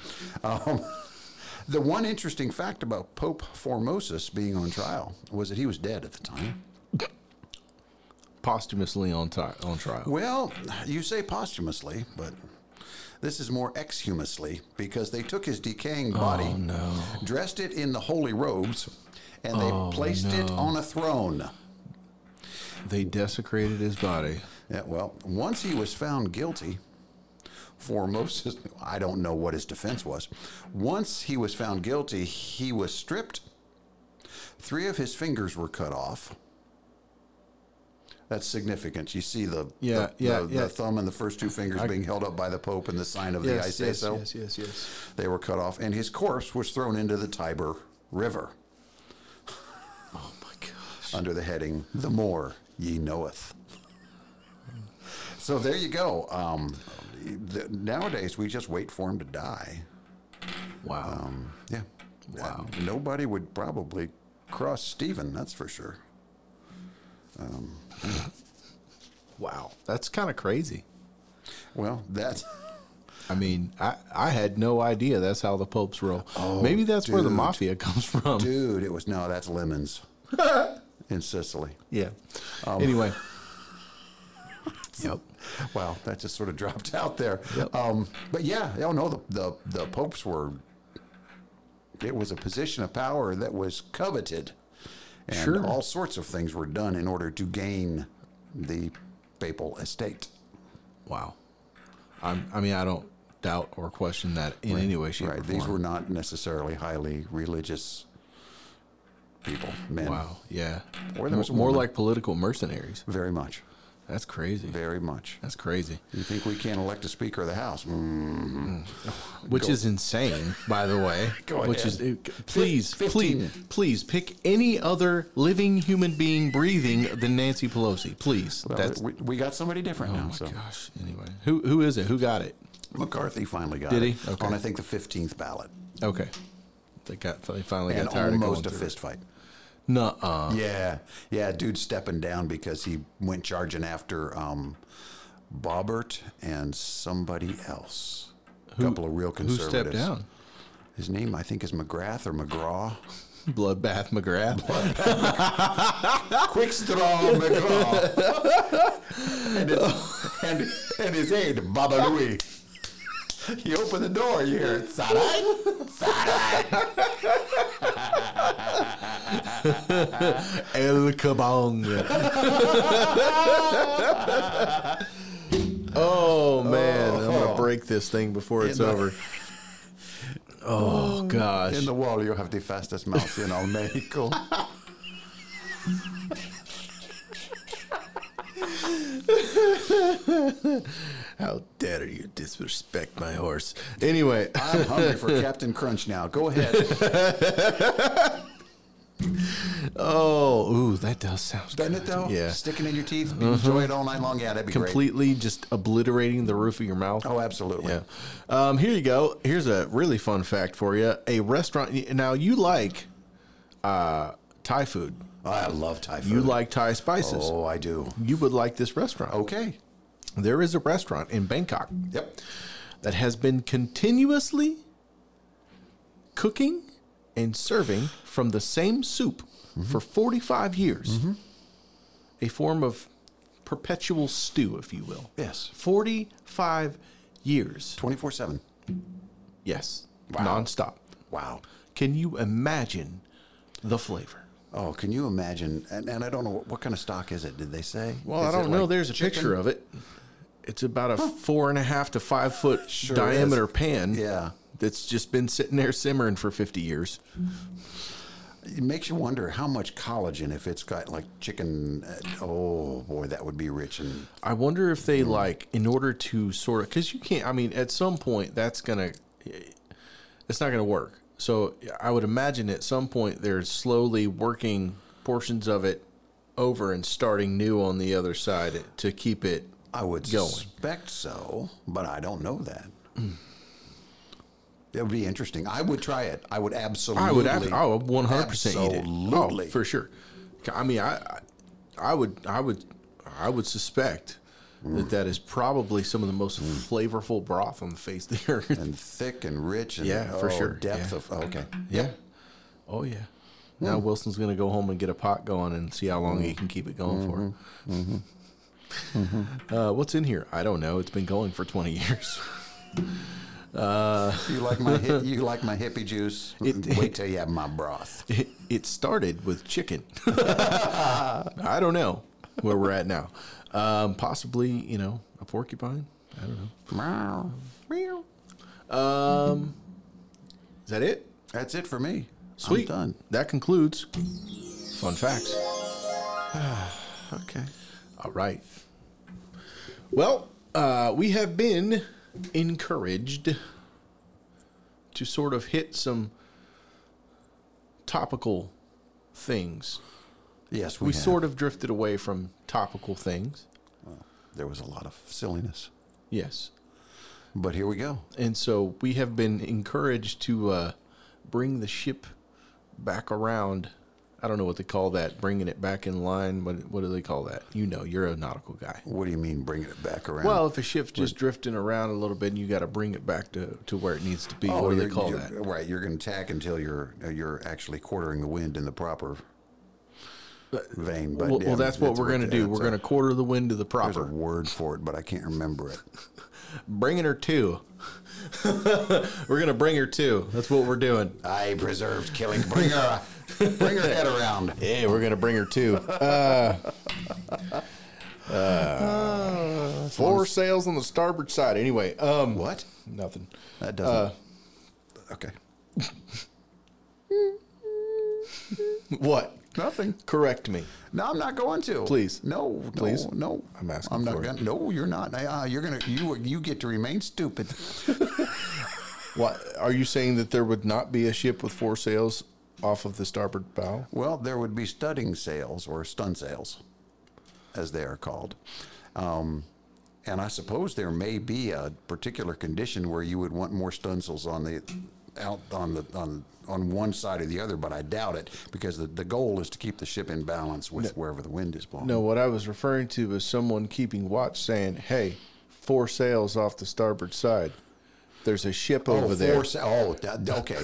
Speaker 2: Um, (laughs) the one interesting fact about Pope Formosus being on trial was that he was dead at the time.
Speaker 1: Posthumously on ti on trial.
Speaker 2: Well, you say posthumously, but this is more exhumously because they took his decaying body,
Speaker 1: Oh,
Speaker 2: dressed it in the holy robes, and they
Speaker 1: Oh,
Speaker 2: placed it on a throne.
Speaker 1: They desecrated his body.
Speaker 2: Yeah, well, once he was found guilty, Formosus, I don't know what his defense was. Once he was found guilty, he was stripped. Three of his fingers were cut off. That's significant. You see the,
Speaker 1: Yeah,
Speaker 2: the,
Speaker 1: yeah,
Speaker 2: the,
Speaker 1: yeah.
Speaker 2: the thumb and the first two fingers being held up by the Pope and the sign of the I say so.
Speaker 1: yes, yes, yes.
Speaker 2: They were cut off, and his corpse was thrown into the Tiber River
Speaker 1: Oh my gosh.
Speaker 2: under the heading "The More Ye Knoweth." So there you go. Um, th- nowadays, we just wait for him to die.
Speaker 1: Wow.
Speaker 2: Um, yeah. Wow. nobody would probably cross Stephen. That's for sure.
Speaker 1: wow. That's kind of crazy.
Speaker 2: Well, that's
Speaker 1: I mean, I, I had no idea that's how the popes roll. Maybe that's where the
Speaker 2: Oh, dude.
Speaker 1: mafia (laughs) comes from.
Speaker 2: dude. It was no. That's lemons in Sicily.
Speaker 1: Yeah. Um,
Speaker 2: Um, (laughs)
Speaker 1: anyway. yep.
Speaker 2: Wow, that just sort of (laughs) dropped out there. Um, but yeah, I don't know. The, the the popes were. It was a position of power that was coveted, and
Speaker 1: Sure.
Speaker 2: all sorts of things were done in order to gain the papal estate.
Speaker 1: Wow. I'm, I mean, I don't doubt or question that in any way, shape, or
Speaker 2: Right?
Speaker 1: form.
Speaker 2: These were not necessarily highly religious people, men.
Speaker 1: wow. Yeah.
Speaker 2: Or there
Speaker 1: Mo-
Speaker 2: was a
Speaker 1: more
Speaker 2: woman.
Speaker 1: like political mercenaries.
Speaker 2: Very much,
Speaker 1: That's crazy.
Speaker 2: very much.
Speaker 1: That's crazy.
Speaker 2: You think we can't elect a speaker of the house? Mm.
Speaker 1: Which is insane, by the way.
Speaker 2: (laughs) Go
Speaker 1: Which
Speaker 2: ahead.
Speaker 1: is it- please, please,
Speaker 2: fifteen.
Speaker 1: please pick any other living human being breathing than Nancy Pelosi, please.
Speaker 2: Well,
Speaker 1: That's
Speaker 2: we, we got somebody different now.
Speaker 1: oh my
Speaker 2: so.
Speaker 1: gosh. Anyway, who who is it? Who got it?
Speaker 2: McCarthy finally got
Speaker 1: Did
Speaker 2: it
Speaker 1: he? Okay.
Speaker 2: on I think the fifteenth ballot,
Speaker 1: Okay, they got they finally
Speaker 2: and
Speaker 1: got tired
Speaker 2: almost a
Speaker 1: of going
Speaker 2: fist fight.
Speaker 1: No, uh
Speaker 2: Yeah, yeah, dude, stepping down because he went charging after um, Bobbert and somebody else. A couple of real
Speaker 1: who
Speaker 2: conservatives.
Speaker 1: stepped down?
Speaker 2: His name, I think, is McGrath or (laughs) McGraw.
Speaker 1: Bloodbath McGrath.
Speaker 2: Quick straw McGraw. (laughs) and it's, and, and his aide, Baba Louie. You open the door, you hear it. Sarai, Sarai.
Speaker 1: El Kabong. oh man, I'm gonna break this thing before it's
Speaker 2: In the-
Speaker 1: over. Oh gosh.
Speaker 2: In the wall, you have the fastest mouse in all Mexico.
Speaker 1: How dare you disrespect my horse? Anyway,
Speaker 2: I'm hungry for Captain Crunch now. Go ahead.
Speaker 1: oh, ooh, that does sound
Speaker 2: Doesn't
Speaker 1: good.
Speaker 2: it though?
Speaker 1: Yeah. Mm-hmm.
Speaker 2: Sticking in your teeth, enjoy it all night long. Yeah, that'd be great.
Speaker 1: Completely just obliterating the roof of your mouth.
Speaker 2: Oh, absolutely.
Speaker 1: Yeah. Um, here you go. Here's a really fun fact for you. A restaurant. Now you like uh, Thai food.
Speaker 2: I love Thai food.
Speaker 1: You like Thai spices.
Speaker 2: Oh, I do.
Speaker 1: You would like this restaurant.
Speaker 2: Okay.
Speaker 1: There is a restaurant in Bangkok
Speaker 2: Yep.
Speaker 1: that has been continuously cooking and serving from the same soup for 45 years. A form of perpetual stew, if you will.
Speaker 2: Yes.
Speaker 1: 45 years.
Speaker 2: Twenty four seven.
Speaker 1: Yes.
Speaker 2: Wow.
Speaker 1: Nonstop.
Speaker 2: Wow.
Speaker 1: Can you imagine the flavor?
Speaker 2: Oh, can you imagine? And, and I don't know what, what kind of stock is it. Did they say?
Speaker 1: Well,
Speaker 2: Is
Speaker 1: I
Speaker 2: it
Speaker 1: don't know.
Speaker 2: like
Speaker 1: There's a
Speaker 2: chicken?
Speaker 1: picture of it. It's about a four and a half to five foot
Speaker 2: Sure
Speaker 1: diameter
Speaker 2: is.
Speaker 1: pan.
Speaker 2: Yeah.
Speaker 1: That's just been sitting there simmering for 50 years.
Speaker 2: It makes you wonder how much collagen if it's got like chicken. uh, Oh boy, that would be rich and
Speaker 1: I wonder if they like, in order to sort of, because you can't, I mean, at some point that's going to, it's not going to work. So I would imagine at some point they're slowly working portions of it over and starting new on the other side to keep it.
Speaker 2: I would
Speaker 1: Going.
Speaker 2: suspect so, but I don't know that.
Speaker 1: Mm.
Speaker 2: It would be interesting. I would try it. I would absolutely.
Speaker 1: I would, ab- I would 100% eat it.
Speaker 2: Absolutely.
Speaker 1: Oh, for sure. I mean, I, I- I would, I would, I would suspect that that is probably some of the most flavorful broth on the face of the (laughs) earth.
Speaker 2: and thick and rich and
Speaker 1: Yeah, for
Speaker 2: oh,
Speaker 1: sure.
Speaker 2: depth
Speaker 1: Yeah. (laughs)
Speaker 2: of okay.
Speaker 1: Yeah. Oh yeah. Now Wilson's gonna go home and get a pot going and see how long he can keep it going for. (laughs) Uh, what's in here? I don't know. It's been going for 20 (laughs) years.
Speaker 2: You like my hi- you like my hippie juice?
Speaker 1: (laughs)
Speaker 2: Mm, Wait till you have my broth.
Speaker 1: It, (laughs) it started with chicken. (laughs) I don't know where we're at now. Um, possibly, you know, a porcupine. I don't know. Um, Is that it?
Speaker 2: That's it for me.
Speaker 1: Sweet.
Speaker 2: I'm done.
Speaker 1: That concludes fun facts.
Speaker 2: Okay.
Speaker 1: All right. Well, uh, we have been encouraged to sort of hit some topical things.
Speaker 2: Yes, we,
Speaker 1: We sort of drifted away from topical things.
Speaker 2: There was a lot of silliness,
Speaker 1: Yes.
Speaker 2: but here we go.
Speaker 1: And so we have been encouraged to uh, bring the ship back around. I don't know what they call that, bringing it back in line. What, what do they call that? You know, you're a nautical guy.
Speaker 2: What do you mean bringing it back around?
Speaker 1: Well, if a ship's just drifting around a little bit, and you got to bring it back to, to where it needs to be. what do they
Speaker 2: Oh, you're-
Speaker 1: call
Speaker 2: you're-
Speaker 1: that?
Speaker 2: Right, you're going to tack until you're uh, you're actually quartering the wind in the proper vein. But
Speaker 1: well,
Speaker 2: yeah,
Speaker 1: well, that's what we're going to
Speaker 2: yeah,
Speaker 1: do.
Speaker 2: that's
Speaker 1: We're
Speaker 2: a-
Speaker 1: going to quarter the wind to the
Speaker 2: There's a
Speaker 1: proper.
Speaker 2: word for it, but I can't remember it.
Speaker 1: Bringing her to. (laughs) we're going to bring her to. That's what we're doing.
Speaker 2: I preserved killing. (laughs) Bring her, bring her head around.
Speaker 1: Yeah, we're going to bring her
Speaker 2: (laughs)
Speaker 1: to. Uh, uh, four sails on the starboard side. Anyway, um,
Speaker 2: What?
Speaker 1: nothing.
Speaker 2: That doesn't. okay.
Speaker 1: What?
Speaker 2: Nothing.
Speaker 1: Correct me.
Speaker 2: No, I'm not going to.
Speaker 1: Please.
Speaker 2: No. no,
Speaker 1: Please.
Speaker 2: No.
Speaker 1: I'm asking
Speaker 2: I'm not
Speaker 1: for it.
Speaker 2: gonna. No, you're not. Uh, you're gonna. You you get to remain stupid.
Speaker 1: What are you saying that there would not be a ship with four sails off of the starboard bow?
Speaker 2: Well, there would be studding sails or stun sails, as they are called. Um, and I suppose there may be a particular condition where you would want more stun sails on the out on the on on one side or the other, but I doubt it because the, the goal is to keep the ship in balance with wherever the wind is blowing.
Speaker 1: No, what I was referring to was someone keeping watch saying, hey, four sails off the starboard side. There's a ship
Speaker 2: Oh,
Speaker 1: over there.
Speaker 2: four se- oh, that- okay.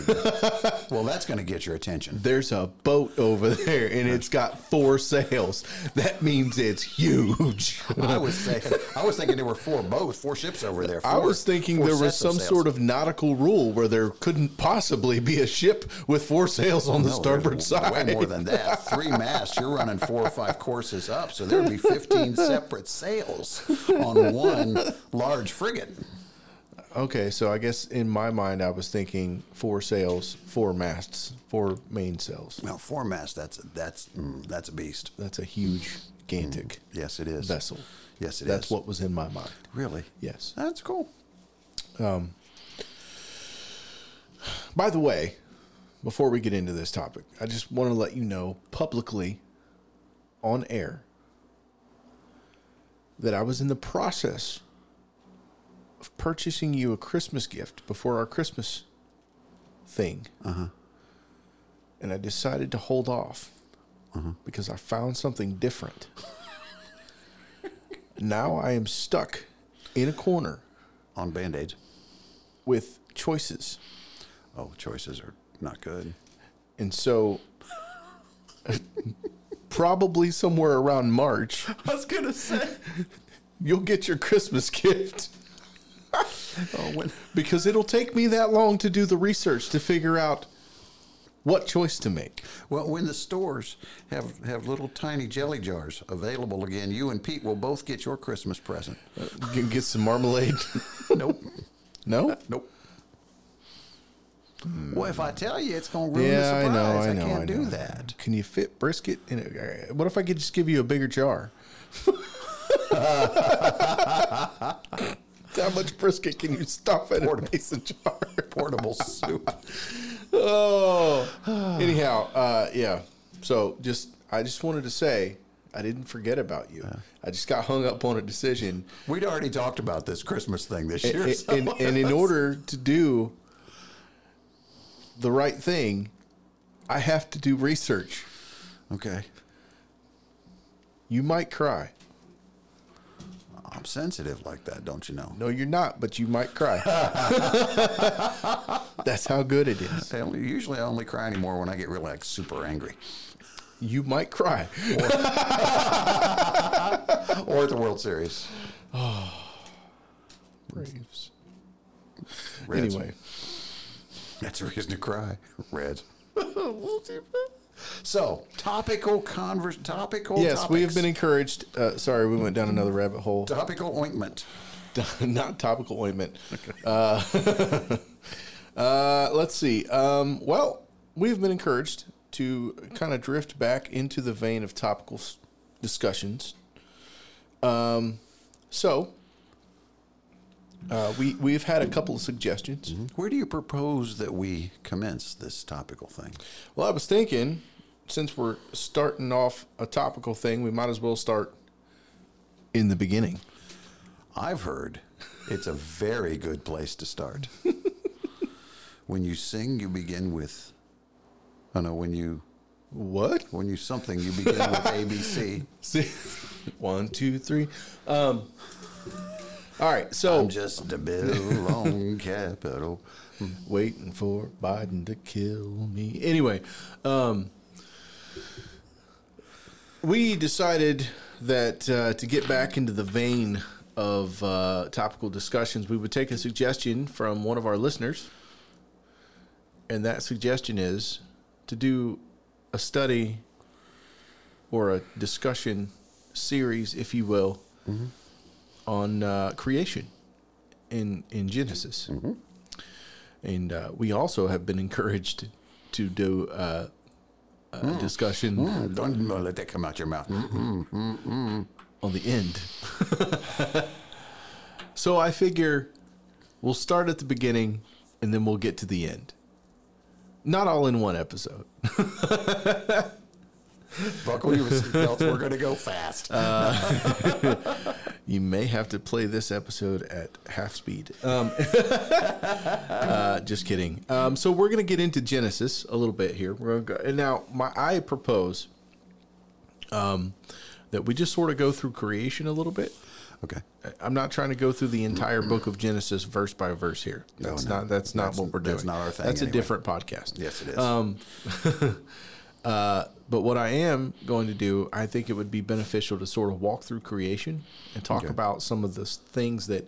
Speaker 1: (laughs)
Speaker 2: well, that's going to get your attention.
Speaker 1: There's a boat over there, and it's got four sails. That means it's huge.
Speaker 2: I was saying, I was thinking there were four boats, four ships over there.
Speaker 1: I
Speaker 2: four-
Speaker 1: was thinking
Speaker 2: four
Speaker 1: there was
Speaker 2: sets
Speaker 1: some
Speaker 2: sails.
Speaker 1: sort of nautical rule where there couldn't possibly be a ship with four sails on the
Speaker 2: No, there's
Speaker 1: starboard side.
Speaker 2: Way more than that. (laughs) Three masts. You're running four or five courses up, so there'd be 15 separate sails on one large frigate.
Speaker 1: Okay, so I guess in my mind I was thinking four sails, four masts, four mainsails.
Speaker 2: Now, four masts. That's that's mm, that's a beast.
Speaker 1: That's a huge, gigantic
Speaker 2: Yes, it is.
Speaker 1: vessel.
Speaker 2: Yes, Mm. it is.
Speaker 1: That's what was in my mind.
Speaker 2: Really?
Speaker 1: Yes.
Speaker 2: That's cool.
Speaker 1: By the way, before we get into this topic, I just want to let you know publicly on air that I was in the process of purchasing you a Christmas gift before our Christmas thing. And I decided to hold off because I found something different. (laughs) now I am stuck in a corner
Speaker 2: On band aids.
Speaker 1: with choices.
Speaker 2: Oh, choices are not good.
Speaker 1: And so, (laughs) probably somewhere around March,
Speaker 2: I was gonna say.
Speaker 1: you'll get your Christmas gift
Speaker 2: Oh, when,
Speaker 1: because it'll take me that long to do the research to figure out what choice to make.
Speaker 2: well, when the stores have have little tiny jelly jars available again, you and Pete will both get your Christmas present.
Speaker 1: You can get some marmalade.
Speaker 2: nope.
Speaker 1: No?
Speaker 2: Nope. Well, if I tell you, it's gonna ruin the surprise. I, can't do that.
Speaker 1: Can you fit brisket in a. What if I could just give you a bigger jar? (laughs) How much brisket can you stuff in a mason
Speaker 2: (laughs)
Speaker 1: jar?
Speaker 2: Portable soup.
Speaker 1: Oh. (sighs) Anyhow, uh, yeah. So just, I just wanted to say, I didn't forget about you. I just got hung up on a
Speaker 2: (laughs)
Speaker 1: decision,
Speaker 2: We'd already talked about this Christmas thing this year.
Speaker 1: and,
Speaker 2: so-
Speaker 1: and, and in order to do the right thing, I have to do research.
Speaker 2: okay,
Speaker 1: You might cry.
Speaker 2: I'm sensitive like that, don't you know?
Speaker 1: No, you're not, but you might cry. (laughs) That's how good it is.
Speaker 2: I only, usually, I only cry anymore when I get real like super angry,
Speaker 1: You might cry. Oh.
Speaker 2: or at the World Series.
Speaker 1: Braves.
Speaker 2: Reds.
Speaker 1: Anyway,
Speaker 2: that's a reason to cry. Reds. so topical converse. Topical.
Speaker 1: yes, we have
Speaker 2: topics.
Speaker 1: been encouraged. Uh, sorry, we went down another rabbit hole.
Speaker 2: topical ointment.
Speaker 1: (laughs) not topical ointment. Uh, (laughs) uh, let's see. Um, well, we've been encouraged to kind of drift back into the vein of topical s- discussions. Um, so uh, we we've had a couple of suggestions.
Speaker 2: Where do you propose that we commence this topical thing?
Speaker 1: Well, I was thinking, since we're starting off a topical thing, we might as well start in the beginning.
Speaker 2: I've heard it's a very good place to
Speaker 1: (laughs)
Speaker 2: start. when you sing, you begin with. I know when you
Speaker 1: What?
Speaker 2: when you something, you begin with
Speaker 1: (laughs)
Speaker 2: ABC.
Speaker 1: See, one, two, three. Um, all right, so
Speaker 2: I'm just a bill on capital.
Speaker 1: waiting for Biden to kill me. Anyway, um, we decided that uh, to get back into the vein of uh, topical discussions, we would take a suggestion from one of our listeners, and that suggestion is to do a study or a discussion series, if you will, on uh, creation in in Genesis. And uh, we also have been (laughs) encouraged to do uh, a discussion
Speaker 2: Mm, Don't let that come out your mouth. Mm-mm.
Speaker 1: on the end. (laughs) so I figure we'll start at the beginning and then we'll get to the end. Not all in one episode.
Speaker 2: Buckle your seatbelts. We're going to go fast.
Speaker 1: Uh, You may have to play this episode at half speed. Um, (laughs) uh, just kidding. Um, so we're going to get into Genesis a little bit here. We're gonna go, and now my I propose um, that we just sort of go through creation a little bit.
Speaker 2: Okay.
Speaker 1: I'm not trying to go through the entire book of Genesis verse by verse here.
Speaker 2: No,
Speaker 1: That's
Speaker 2: no.
Speaker 1: not that's not
Speaker 2: That's-
Speaker 1: what we're doing.
Speaker 2: that's not our thing
Speaker 1: That's
Speaker 2: anyway.
Speaker 1: a different podcast.
Speaker 2: Yes, it is.
Speaker 1: Um, uh, but what I am going to do, I think it would be beneficial to sort of walk through creation and talk
Speaker 2: Okay.
Speaker 1: about some of the s- things that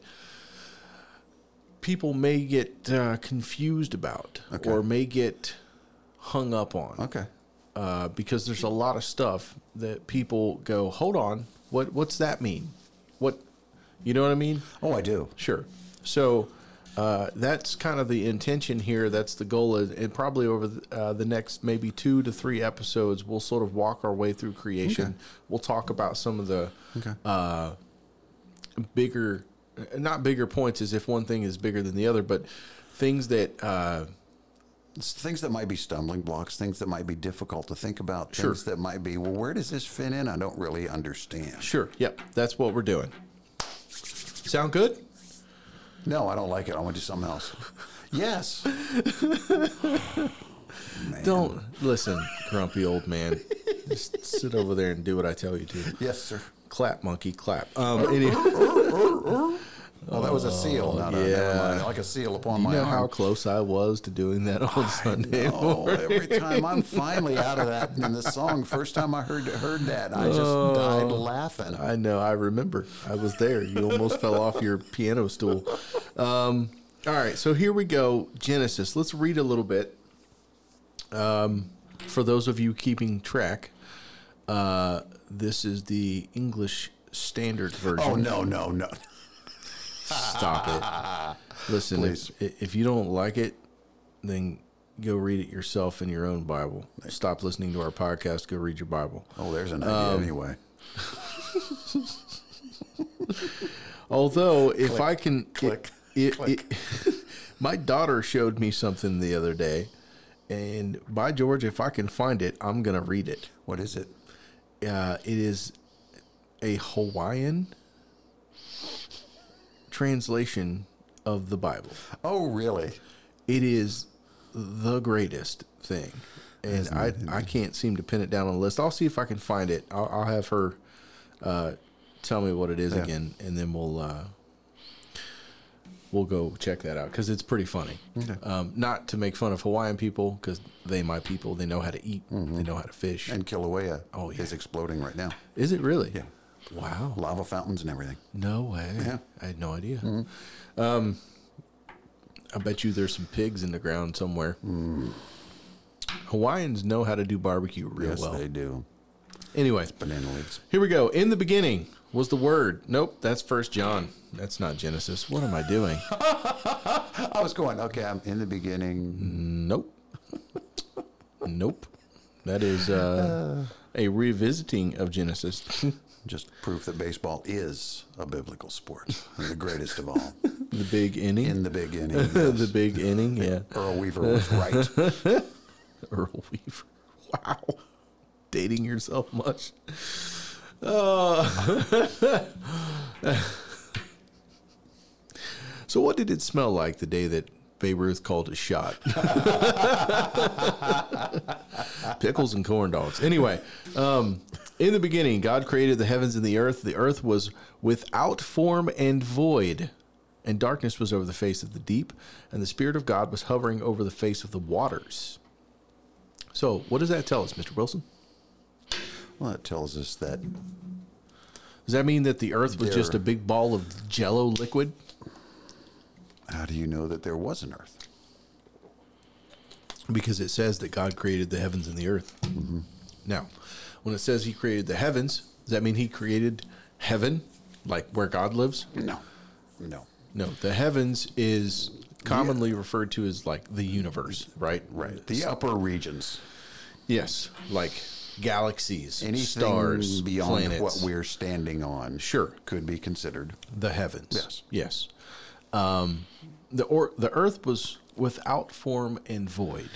Speaker 1: people may get uh, confused about
Speaker 2: Okay.
Speaker 1: or may get hung up on
Speaker 2: okay.
Speaker 1: uh, because there's a lot of stuff that people go, hold on, what what's that mean? What you know what I mean?
Speaker 2: Oh, I do.
Speaker 1: Sure. So uh, that's kind of the intention here. That's the goal, is, and probably over the, uh, the next maybe two to three episodes, we'll sort of walk our way through creation.
Speaker 2: Okay.
Speaker 1: We'll talk about some of the
Speaker 2: Okay.
Speaker 1: bigger, not bigger points, as if one thing is bigger than the other, but things that. Uh,
Speaker 2: It's things that might be stumbling blocks, things that might be difficult to think about,
Speaker 1: Sure.
Speaker 2: things that might be, well, where does this fit in? I don't really understand.
Speaker 1: sure. Yep. That's what we're doing. Sound good?
Speaker 2: No, I don't like it. I want to do something else. Yes. Man.
Speaker 1: Don't listen, grumpy old man. Just sit over there and do what I tell you to.
Speaker 2: Yes, sir.
Speaker 1: Clap, monkey, clap. Um, any, you
Speaker 2: Oh, that was a seal, not a, never
Speaker 1: yeah.
Speaker 2: mind. Like a seal upon my
Speaker 1: know
Speaker 2: arm.
Speaker 1: how close I was to doing that on Sunday.
Speaker 2: Oh, every time I'm finally out of that in the song, first time I heard heard that, I just died laughing.
Speaker 1: (laughs) Oh. I know. I remember. I was there. You almost fell off your piano stool. Um, all right. So here we go. Genesis. Let's read a little bit. Um, for those of you keeping track, uh, this is the English Standard Version.
Speaker 2: Oh no, no, no.
Speaker 1: Stop it. Listen, if, if you don't like it, then go read it yourself in your own Bible. Stop listening to our podcast. Go read your Bible.
Speaker 2: Oh, there's an idea anyway.
Speaker 1: Although, if I can,
Speaker 2: click,
Speaker 1: it-
Speaker 2: click.
Speaker 1: it- (laughs) my daughter showed me something the other day, and by George, if I can find it, I'm gonna read it.
Speaker 2: What is it?
Speaker 1: Uh, it is a Hawaiian translation of the Bible.
Speaker 2: Oh, really?
Speaker 1: it is the greatest thing and I, I can't seem to pin it down on the list i'll see if i can find it i'll, I'll have her uh, tell me what it is again and then we'll uh, we'll go check that out because it's pretty funny um, not to make fun of hawaiian people because they my people they know how to eat they know how to fish
Speaker 2: Mm-hmm. And Kilauea
Speaker 1: Oh, yeah.
Speaker 2: is exploding right now.
Speaker 1: is it really
Speaker 2: Yeah.
Speaker 1: wow
Speaker 2: Lava fountains and everything.
Speaker 1: no way
Speaker 2: Yeah. Mm-hmm.
Speaker 1: i had no idea um, i bet you there's some pigs in the ground somewhere
Speaker 2: Mm.
Speaker 1: hawaiians know how to do barbecue real
Speaker 2: yes,
Speaker 1: well
Speaker 2: they do.
Speaker 1: Anyway,
Speaker 2: Banana leaves.
Speaker 1: here we go. In the beginning was the word. Nope, that's First John. That's not Genesis. What am I
Speaker 2: (laughs)
Speaker 1: doing?
Speaker 2: I was going, okay, I'm in the beginning.
Speaker 1: Nope. Nope. That is uh, a revisiting of Genesis. (laughs)
Speaker 2: Just proof that baseball is a biblical sport, the greatest of all.
Speaker 1: the big inning.
Speaker 2: In the beginning, yes.
Speaker 1: (laughs) the big inning. Yeah.
Speaker 2: Earl Weaver was right.
Speaker 1: (laughs) Earl Weaver. Wow. Dating yourself much. Uh, (laughs) so, what did it smell like the day that Babe Ruth called a shot? (laughs) Pickles and corn dogs. Anyway, um, in the beginning, God created the heavens and the earth. The earth was without form and void, and darkness was over the face of the deep, and the Spirit of God was hovering over the face of the waters. So, what does that tell us, Mr. Wilson?
Speaker 2: Well, it tells us that
Speaker 1: Does that mean that the Earth was
Speaker 2: There-
Speaker 1: just a big ball of Jello liquid?
Speaker 2: how do you know that there was an earth?
Speaker 1: Because it says that God created the heavens and the earth.
Speaker 2: Mm-hmm.
Speaker 1: Now, when it says He created the heavens, does that mean He created heaven, like where God lives?
Speaker 2: No, no,
Speaker 1: No, the heavens is commonly referred to as like the universe, right?
Speaker 2: right. The upper regions,
Speaker 1: Yes, like galaxies,
Speaker 2: anything
Speaker 1: stars,
Speaker 2: beyond
Speaker 1: planets.
Speaker 2: what we're standing on,
Speaker 1: Sure.
Speaker 2: could be considered.
Speaker 1: the heavens.
Speaker 2: Yes.
Speaker 1: Yes. Um, the or the earth was without form and void.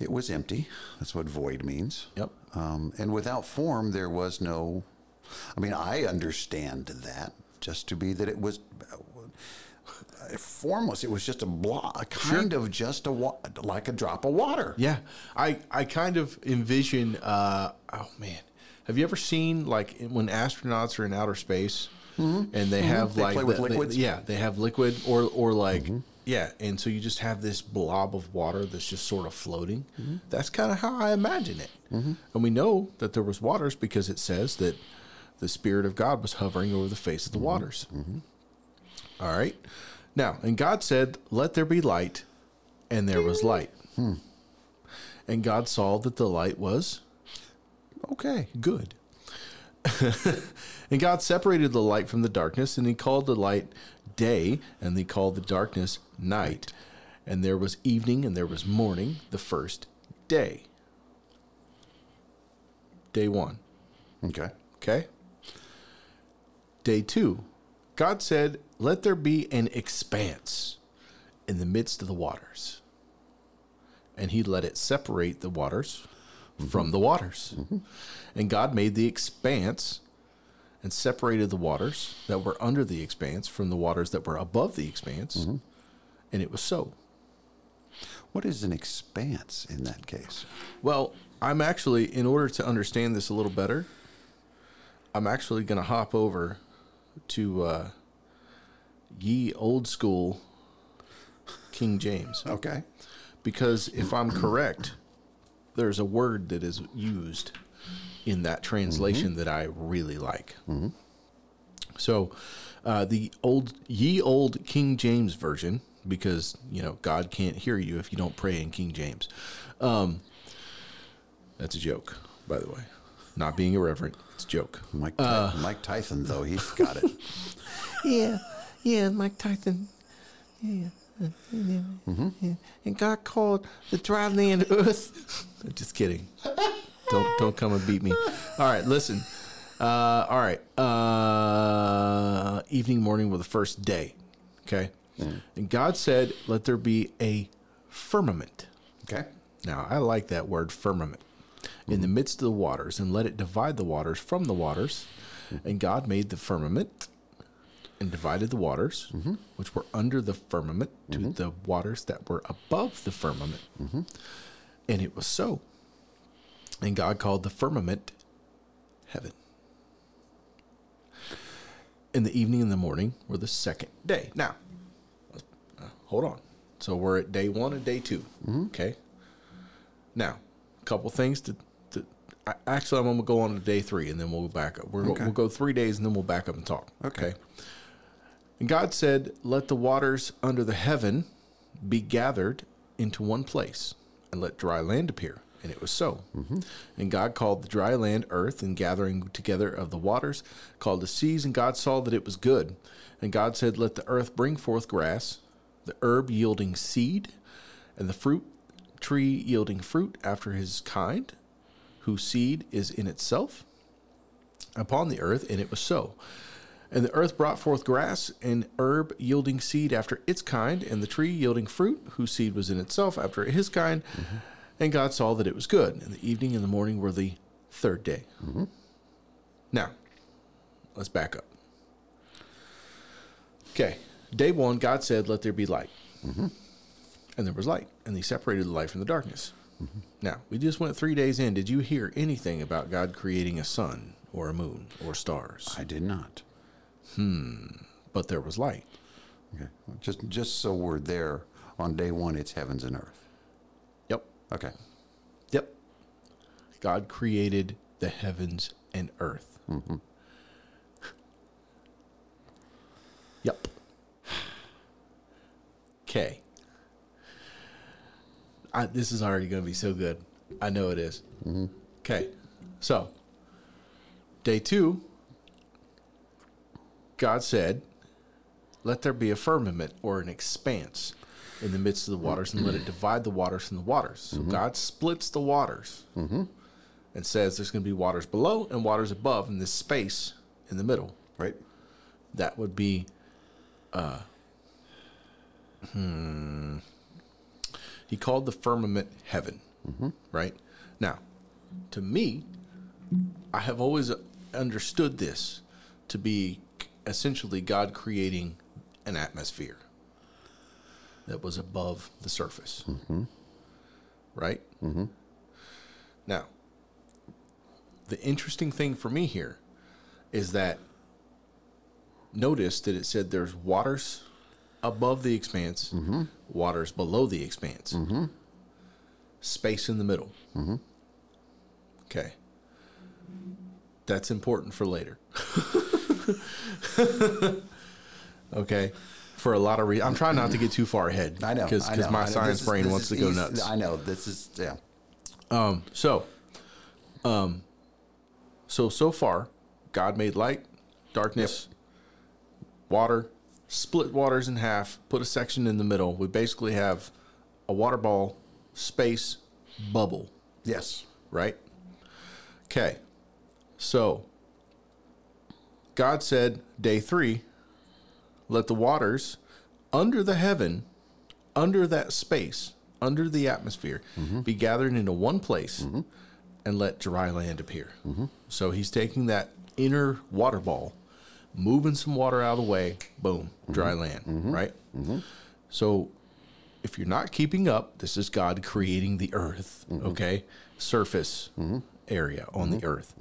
Speaker 2: It was empty. That's what void means.
Speaker 1: Yep.
Speaker 2: Um, and without form, there was no. I mean, I understand that just to be that it was uh, formless. It was just a block, kind of just a wa- like a drop of water.
Speaker 1: Yeah. I I kind of envision. Uh, oh man, have you ever seen like when astronauts are in outer space and they have
Speaker 2: They
Speaker 1: like
Speaker 2: play with
Speaker 1: the- they-
Speaker 2: liquids. Mm-hmm.
Speaker 1: yeah, they have liquid or or like yeah, and so you just have this blob of water that's just sort of floating.
Speaker 2: Mm-hmm.
Speaker 1: That's kind of how I imagine it. And we know that there was waters because it says that the spirit of God was hovering over the face of
Speaker 2: Mm-hmm.
Speaker 1: the waters. All right. Now, and God said, "Let there be light," and there was light.
Speaker 2: Hmm.
Speaker 1: And God saw that the light was
Speaker 2: Okay.
Speaker 1: good. and God separated the light from the darkness, and he called the light day, and he called the darkness night. And there was evening, and there was morning, the first day. Day one.
Speaker 2: Okay.
Speaker 1: Okay? Day two. God said, Let there be an expanse in the midst of the waters. And he let it separate the waters from the waters. And God made the expanse and separated the waters that were under the expanse from the waters that were above the expanse. And it was so.
Speaker 2: What is an expanse in that case?
Speaker 1: Well, I'm actually, in order to understand this a little better, I'm actually going to hop over to uh, ye old school King James.
Speaker 2: Okay.
Speaker 1: Because if I'm correct, there's a word that is used in that translation that I really like. So, uh, the old ye old King James version, because you know God can't hear you if you don't pray in King James. Um, that's a joke, by the way. Not being irreverent, it's a joke.
Speaker 2: Mike, Ty- Mike Tyson, though, he's got it.
Speaker 1: Yeah, yeah, Mike Tyson. Yeah, yeah, yeah, yeah. And God called the dry land (laughs) earth. Just kidding. Don't don't come and beat me. All right, listen. Uh, all right. Uh, evening, morning were the first day. Okay. And God said, "Let there be a firmament."
Speaker 2: (laughs) Okay.
Speaker 1: Now, I like that word firmament. In the midst of the waters, and let it divide the waters from the waters. And God made the firmament and divided the waters,
Speaker 2: Mm-hmm.
Speaker 1: which were under the firmament, to the waters that were above the firmament.
Speaker 2: Mm-hmm.
Speaker 1: And it was so. And God called the firmament heaven. In the evening and the morning were the second day. Now, uh, hold on. So we're at day one and day 2
Speaker 2: Mm-hmm.
Speaker 1: Okay. Now, a couple things to. to I, actually, I'm going to go on to day three, and then we'll go back up. We're, go-
Speaker 2: Okay.
Speaker 1: We'll go three days, and then we'll back up and talk.
Speaker 2: Okay.
Speaker 1: And God said, "Let the waters under the heaven be gathered into one place, and let dry land appear." And it was so. And God called the dry land earth, and gathering together of the waters called the seas. And God saw that it was good. And God said, "Let the earth bring forth grass, the herb yielding seed, and the fruit tree yielding fruit after his kind, whose seed is in itself." upon the earth, and it was so. And the earth brought forth grass and herb yielding seed after its kind, and the tree yielding fruit, whose seed was in itself after his kind. And God saw that it was good. And the evening and the morning were the third day. Now, let's back up. Okay, day one, God said, Let there be light. And there was light, and he separated the light from the darkness. Now, we just went three days in. Did you hear anything about God creating a sun or a moon or stars?
Speaker 2: I did not.
Speaker 1: But there was light.
Speaker 2: Okay. Just, just so we're there on day one, it's heavens and earth.
Speaker 1: Yep.
Speaker 2: Okay.
Speaker 1: Yep. God created the heavens and earth. (sighs) Yep. Okay. I, this is already going to be so good. I know it is. Okay. So, day two, God said, Let there be a firmament or an expanse in the midst of the waters, and let it divide the waters from the waters. So, God splits the waters and says there's going to be waters below and waters above in this space in the middle.
Speaker 2: Right.
Speaker 1: That would be, uh, hmm. He called the firmament heaven, right? Now, to me, I have always understood this to be essentially God creating an atmosphere that was above the surface, right? Mm-hmm. Now, the interesting thing for me here is that noticed that it said there's waters above the expanse,
Speaker 2: Mm-hmm.
Speaker 1: waters below the expanse, space in the middle.
Speaker 2: Mm-hmm.
Speaker 1: Okay. That's important for later. (laughs) okay. For a lot of reasons. I'm trying not to get too far ahead.
Speaker 2: I know.
Speaker 1: Because
Speaker 2: I know, I
Speaker 1: my
Speaker 2: know.
Speaker 1: science
Speaker 2: This is-
Speaker 1: brain
Speaker 2: this
Speaker 1: wants
Speaker 2: is
Speaker 1: to go
Speaker 2: easy-
Speaker 1: nuts.
Speaker 2: I know. This is, yeah.
Speaker 1: So, um, so so far, God made light, darkness, water, split waters in half, put a section in the middle. We basically have a water ball, space, bubble,
Speaker 2: Yes.
Speaker 1: right? Okay. So, God said, day three, let the waters under the heaven, under that space, under the atmosphere, be gathered into one place and let dry land appear. So, he's taking that inner water ball, moving some water out of the way, boom, dry land, right? So, if you're not keeping up, this is God creating the earth, okay? Surface area on the earth.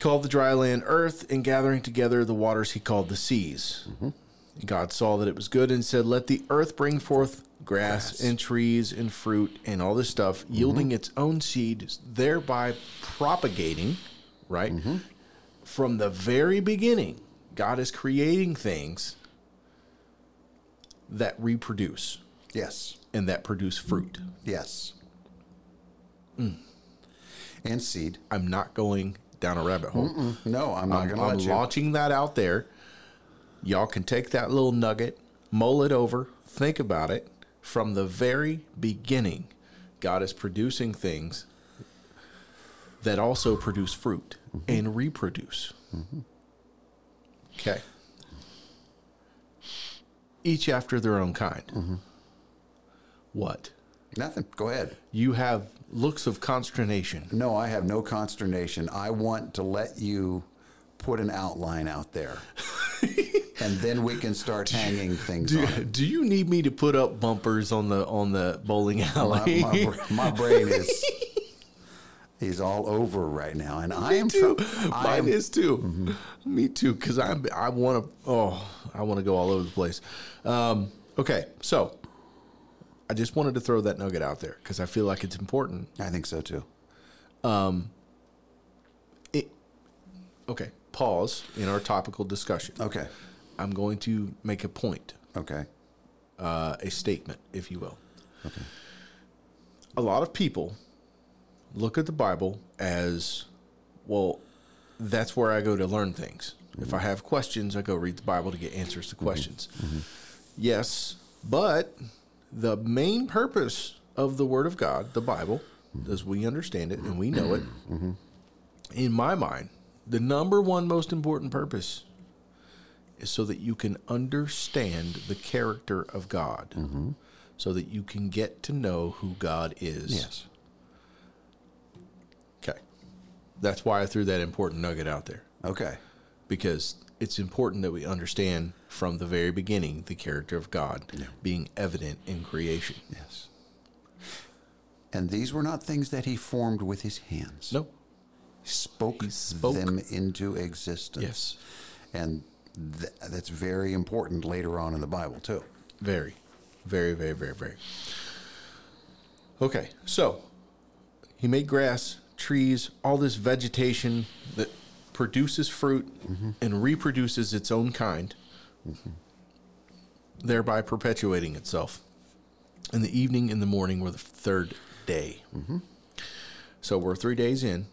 Speaker 1: Called the dry land earth, and gathering together the waters he called the seas. God saw that it was good and said, Let the earth bring forth grass, and trees and fruit and all this stuff, yielding its own seed, thereby propagating, right? From the very beginning, God is creating things that reproduce
Speaker 2: Yes.
Speaker 1: and that produce fruit.
Speaker 2: Yes.
Speaker 1: Hmm.
Speaker 2: And seed.
Speaker 1: I'm not going down a rabbit hole.
Speaker 2: No, I'm not
Speaker 1: I'm,
Speaker 2: going to
Speaker 1: I'm
Speaker 2: let you.
Speaker 1: launching that out there. Y'all can take that little nugget, mull it over, think about it. From the very beginning, God is producing things that also produce fruit
Speaker 2: Mm-hmm.
Speaker 1: and reproduce. Okay. Each after their own kind.
Speaker 2: Mm-hmm.
Speaker 1: What?
Speaker 2: Nothing. Go ahead.
Speaker 1: You have looks of consternation.
Speaker 2: No, I have no consternation. I want to let you put an outline
Speaker 1: (laughs)
Speaker 2: out there. and then we can start hanging things
Speaker 1: Do,
Speaker 2: on it.
Speaker 1: do you need me to put up bumpers on the on the bowling
Speaker 2: My,
Speaker 1: alley?
Speaker 2: my, bra- my brain is is all over right now. And I am
Speaker 1: too.
Speaker 2: trying. I
Speaker 1: (laughs) Mine
Speaker 2: am
Speaker 1: is too.
Speaker 2: Mm-hmm.
Speaker 1: Me too. Because I I want to. Oh, I want to go all over the place. Um, okay, so I just wanted to throw that nugget out there because I feel like it's important.
Speaker 2: I think so too.
Speaker 1: It, okay, pause in our topical discussion.
Speaker 2: Okay.
Speaker 1: I'm going to make a point.
Speaker 2: Okay.
Speaker 1: uh, a statement, if you will. A lot of people look at the Bible as, well, that's where I go to learn things. If I have questions, I go read the Bible to get answers to questions. Yes, but the main purpose of the Word of God, the Bible, as we understand it and we know it, in my mind, the number one most important purpose is so that you can understand the character of God, so that you can get to know who God is.
Speaker 2: Yes.
Speaker 1: Okay. That's why I threw that important nugget out there,
Speaker 2: Okay.
Speaker 1: because it's important that we understand from the very beginning the character of God being evident in creation.
Speaker 2: Yes. And these were not things that he formed with his hands.
Speaker 1: No.
Speaker 2: He spoke,
Speaker 1: He spoke.
Speaker 2: them into existence.
Speaker 1: Yes.
Speaker 2: And th- that's very important later on in the Bible, too.
Speaker 1: Very, very, very, very, very. Okay, so he made grass, trees, all this vegetation that produces fruit and reproduces its own kind, thereby perpetuating itself. And the evening and the morning were the third day. So we're three days in.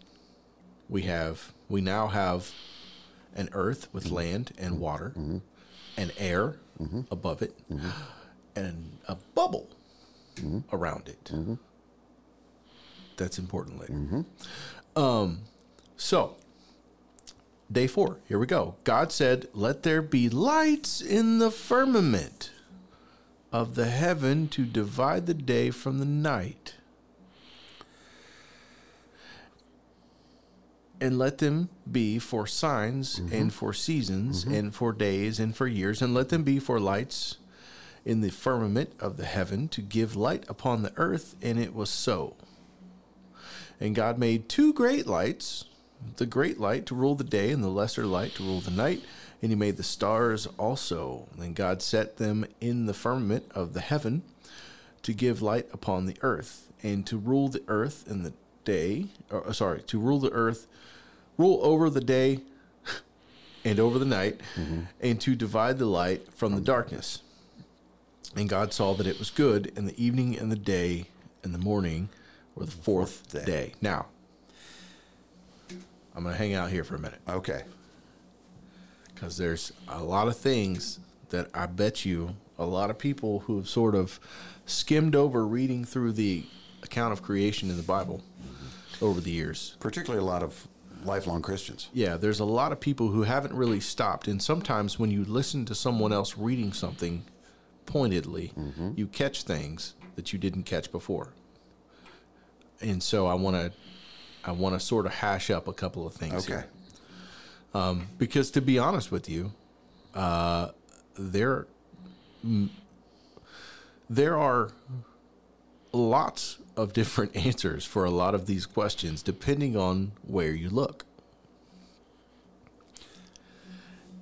Speaker 1: We have we now have an earth with land and water, and air above it, and a bubble around it. That's important later. Um, so, day four, here we go. God said, Let there be lights in the firmament of the heaven to divide the day from the night. And let them be for signs and for seasons and for days and for years, and let them be for lights in the firmament of the heaven to give light upon the earth, and it was so. And God made two great lights the great light to rule the day, and the lesser light to rule the night. And he made the stars also. Then God set them in the firmament of the heaven to give light upon the earth and to rule the earth in the day, or, uh, sorry, to rule the earth, rule over the day (laughs) and over the night, and to divide the light from the darkness. And God saw that it was good, and the evening and the day and the morning were the fourth,
Speaker 2: day.
Speaker 1: day. Now, I'm going to hang out here for a minute
Speaker 2: Okay.
Speaker 1: because there's a lot of things that I bet you a lot of people who have sort of skimmed over reading through the account of creation in the Bible over the years.
Speaker 2: Particularly a lot of lifelong Christians.
Speaker 1: Yeah, there's a lot of people who haven't really stopped. And sometimes when you listen to someone else reading something pointedly, you catch things that you didn't catch before. And so I want to. I want to sort of hash up a couple of things
Speaker 2: Okay.
Speaker 1: here. because to be honest with you, uh, there m- there are lots of different (laughs) answers for a lot of these questions, depending on where you look.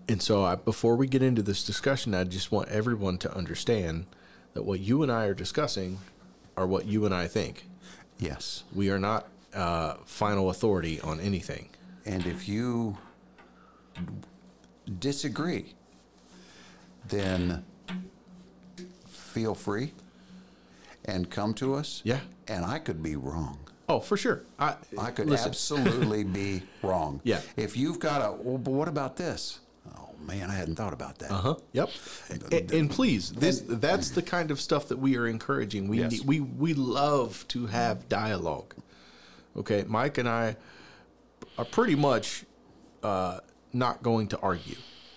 Speaker 1: And so, I, before we get into this discussion, I just want everyone to understand that what you and I are discussing are what you and I think.
Speaker 2: Yes.
Speaker 1: We are not uh, final authority on anything.
Speaker 2: And if you disagree, then feel free and come to us.
Speaker 1: Yeah.
Speaker 2: And I could be wrong.
Speaker 1: Oh, for sure. I,
Speaker 2: I could
Speaker 1: listen. (laughs)
Speaker 2: absolutely be wrong.
Speaker 1: Yeah.
Speaker 2: If you've got a, well, but what about this? Oh man, I hadn't thought about that.
Speaker 1: Uh huh. Yep. And, and please, this that's the kind of stuff that we are encouraging. We
Speaker 2: Yes.
Speaker 1: need- we we love to have dialogue. Okay, Mike and I are pretty much uh, not going to argue,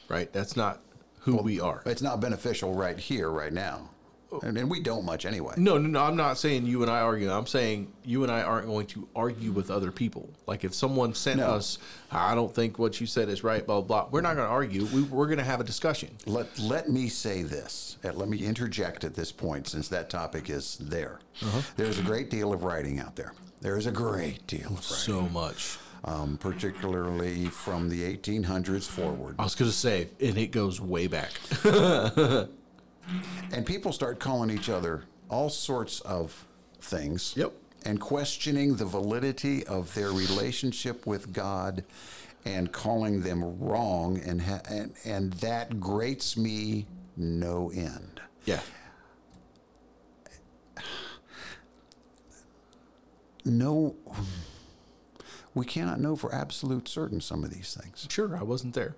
Speaker 1: right? That's not who we are.
Speaker 2: It's not beneficial right here, right now,
Speaker 1: Oh.
Speaker 2: and, and we don't much anyway.
Speaker 1: No, no, no. I'm not saying you and I argue. I'm saying you and I aren't going to argue with other people. Like if someone sent
Speaker 2: No.
Speaker 1: us, I don't think what you said is right. Blah blah. blah. We're not going to argue. We, we're going to have a discussion.
Speaker 2: Let let me say this. and Let me interject at this point, since that topic is there.
Speaker 1: Uh-huh.
Speaker 2: There's a great deal of writing out there. There is a great deal of writing,
Speaker 1: So much.
Speaker 2: um, particularly from the 1800s forward.
Speaker 1: I was going to say, and it goes way back. (laughs)
Speaker 2: And people start calling each other all sorts of things.
Speaker 1: Yep.
Speaker 2: And questioning the validity of their relationship with God and calling them wrong. And, ha- and, and that grates me no end.
Speaker 1: Yeah.
Speaker 2: No, (sighs) we cannot know for absolute certain some of these things.
Speaker 1: Sure, I wasn't there.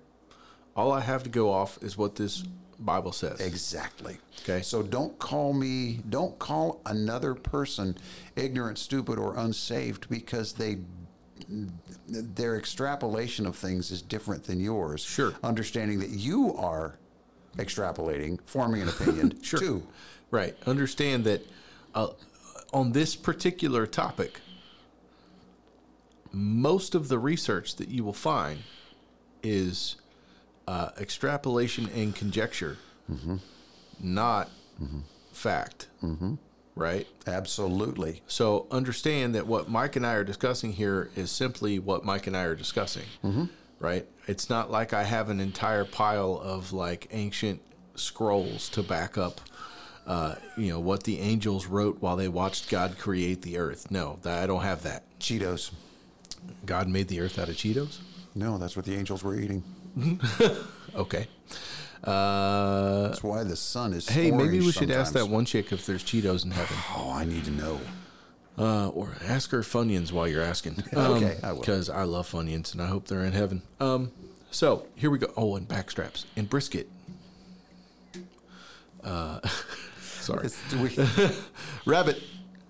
Speaker 1: All I have to go off is what this Bible says.
Speaker 2: Exactly.
Speaker 1: Okay.
Speaker 2: So don't call me, don't call another person ignorant, stupid, or unsaved because they their extrapolation of things is different than yours.
Speaker 1: Sure.
Speaker 2: Understanding that you are extrapolating, forming an
Speaker 1: (laughs)
Speaker 2: opinion
Speaker 1: Sure.
Speaker 2: too.
Speaker 1: Right. Understand that uh, on this particular topic, most of the research that you will find is uh, extrapolation and conjecture, not fact. Right?
Speaker 2: Absolutely.
Speaker 1: So understand that what Mike and I are discussing here is simply what Mike and I are discussing, right? It's not like I have an entire pile of like ancient scrolls to back up, uh, you know, what the angels wrote while they watched God create the earth. No, that, I don't have that.
Speaker 2: Cheetos.
Speaker 1: God made the earth out of Cheetos.
Speaker 2: No, that's what the angels were eating.
Speaker 1: Okay. Uh,
Speaker 2: That's why the sun is.
Speaker 1: hey, maybe
Speaker 2: orange
Speaker 1: we should ask that
Speaker 2: sometimes.
Speaker 1: one chick if there's Cheetos in heaven.
Speaker 2: Oh, I need to know.
Speaker 1: Uh, or ask her Funyuns while you're asking.
Speaker 2: (laughs) Okay, I will.
Speaker 1: Because I love Funyuns and I hope they're in heaven. Um, so here we go. Oh, and backstraps and brisket. Uh, (laughs)
Speaker 2: (laughs)
Speaker 1: sorry,
Speaker 2: It's- do we-
Speaker 1: rabbit.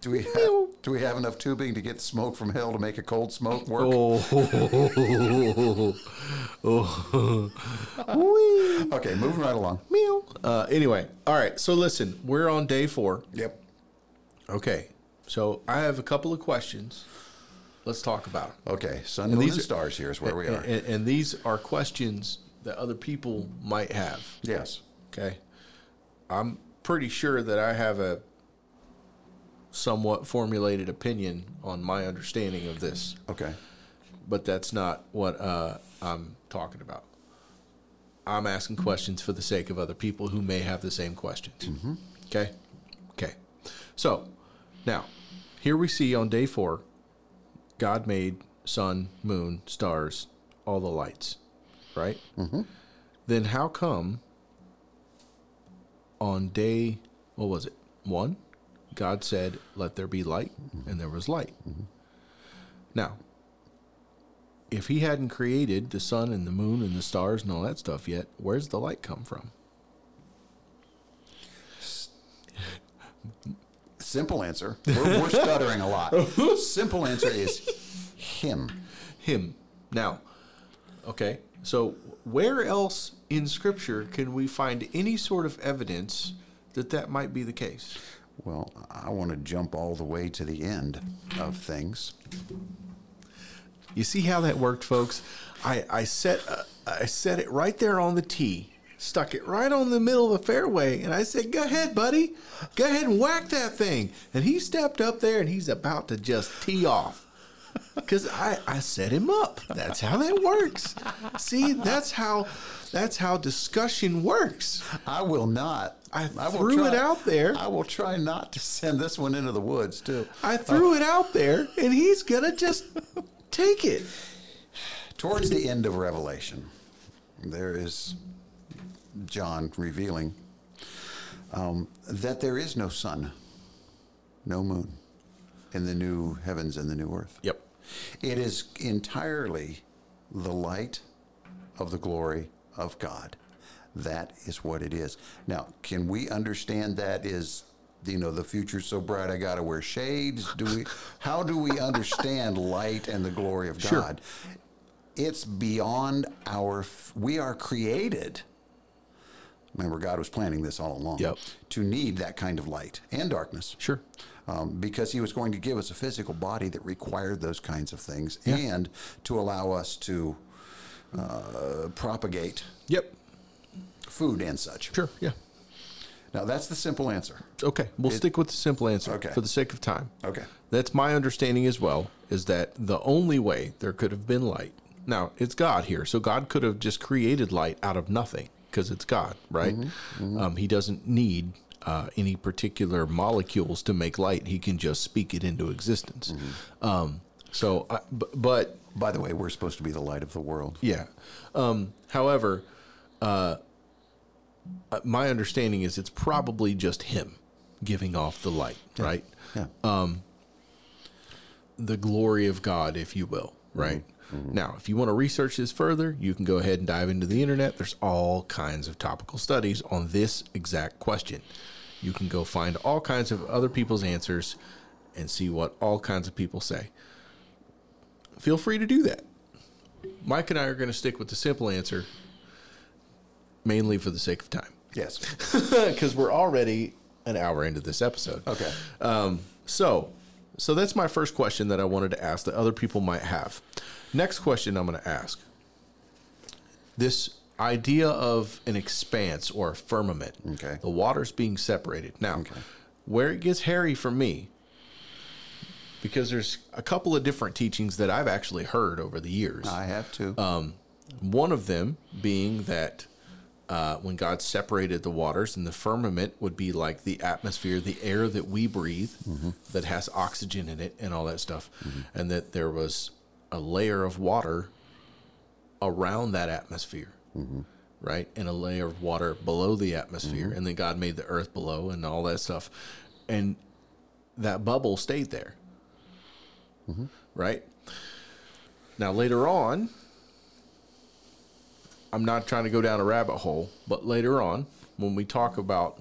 Speaker 2: Do we have, do we have enough tubing to get smoke from hell to make a cold smoke work?
Speaker 1: Oh, (laughs) oh, (laughs) Whee.
Speaker 2: Okay, moving right along.
Speaker 1: meow. Uh, anyway, all right. So listen, we're on day four.
Speaker 2: Yep.
Speaker 1: Okay. So I have a couple of questions. Let's talk about them.
Speaker 2: Okay, sun, moon,
Speaker 1: these
Speaker 2: and
Speaker 1: are-
Speaker 2: stars. Here is where we are.
Speaker 1: And, and these are questions that other people might have.
Speaker 2: Yes.
Speaker 1: Okay. I'm pretty sure that I have a somewhat formulated opinion on my understanding of this,
Speaker 2: Okay.
Speaker 1: but that's not what uh, I'm talking about. I'm asking questions for the sake of other people who may have the same questions. Okay? Okay. So, now, here we see on day four God made sun, moon, stars, all the lights, right? Mm-hmm. Then how come on day, what was it? One, God said, let there be light, and there was light. Now, if he hadn't created the sun and the moon and the stars and all that stuff yet, where's the light come from? (laughs)
Speaker 2: Simple answer. We're, we're stuttering a lot. Simple answer is him.
Speaker 1: Him. Now, okay, so where else in Scripture can we find any sort of evidence that that might be the case?
Speaker 2: Well, I want to jump all the way to the end of things.
Speaker 1: You see how that worked, folks? I, I set uh, I set it right there on the tee, stuck it right on the middle of the fairway, and I said, "Go ahead, buddy, go ahead and whack that thing." And he stepped up there, and he's about to just tee off. Cause I, I set him up. That's how that works. See, that's how that's how discussion works.
Speaker 2: I will not.
Speaker 1: I
Speaker 2: will
Speaker 1: threw it out there.
Speaker 2: I will try not to send this one into the woods too.
Speaker 1: I threw it out there, and he's gonna just take it.
Speaker 2: Towards the end of Revelation, there is John revealing um, that there is no sun, no moon in the new heavens and the new earth.
Speaker 1: Yep.
Speaker 2: It is entirely the light of the glory of God. That is what it is. Now, can we understand that is you know the future's so bright I got to wear shades? Do we (laughs) how do we understand light and the glory of
Speaker 1: Sure.
Speaker 2: God? It's beyond our f- we are created. Remember God was planning this all along
Speaker 1: Yep.
Speaker 2: to need that kind of light and darkness
Speaker 1: Sure.
Speaker 2: um, because he was going to give us a physical body that required those kinds of things and to allow us to uh, propagate
Speaker 1: Yep.
Speaker 2: food and such.
Speaker 1: Sure. Yeah.
Speaker 2: Now, that's the simple answer.
Speaker 1: Okay, we'll stick with the simple answer
Speaker 2: Okay.
Speaker 1: for the sake of time.
Speaker 2: Okay.
Speaker 1: That's my understanding as well, is that the only way there could have been light. Now, it's God here, so God could have just created light out of nothing because it's God, right?
Speaker 2: Mm-hmm,
Speaker 1: Um, he doesn't need uh, any particular molecules to make light, He can just speak it into existence.
Speaker 2: Mm-hmm.
Speaker 1: Um, so, I, bu- but
Speaker 2: By the way, we're supposed to be the light of the world.
Speaker 1: yeah. Um, however, uh, uh, my understanding is it's probably just him giving off the light, right? Um,
Speaker 2: Yeah.
Speaker 1: The glory of God, if you will,
Speaker 2: Mm-hmm.
Speaker 1: right? Now, if you want to research this further, you can go ahead and dive into the internet. There's all kinds of topical studies on this exact question. You can go find all kinds of other people's answers and see what all kinds of people say. Feel free to do that. Mike and I are going to stick with the simple answer, mainly for the sake of
Speaker 2: (laughs)
Speaker 1: time, (laughs)
Speaker 2: yes.
Speaker 1: because we're already an hour into this episode.
Speaker 2: Okay.
Speaker 1: Um, so, so that's my first question that I wanted to ask that other people might have. Next question I'm going to ask: This idea of an expanse or a firmament,
Speaker 2: Okay.
Speaker 1: the waters being separated. Now, where it gets hairy for me, because there's a couple of different teachings that I've actually heard over the years.
Speaker 2: I have to.
Speaker 1: Um, One of them being that uh, when God separated the waters, and the firmament would be like the atmosphere, the air that we breathe that has oxygen in it and all that stuff, and that there was a layer of water around that atmosphere, right? And a layer of water below the atmosphere. And then God made the earth below and all that stuff. And that bubble stayed there, right? Now, later on, I'm not trying to go down a rabbit hole, but later on, when we talk about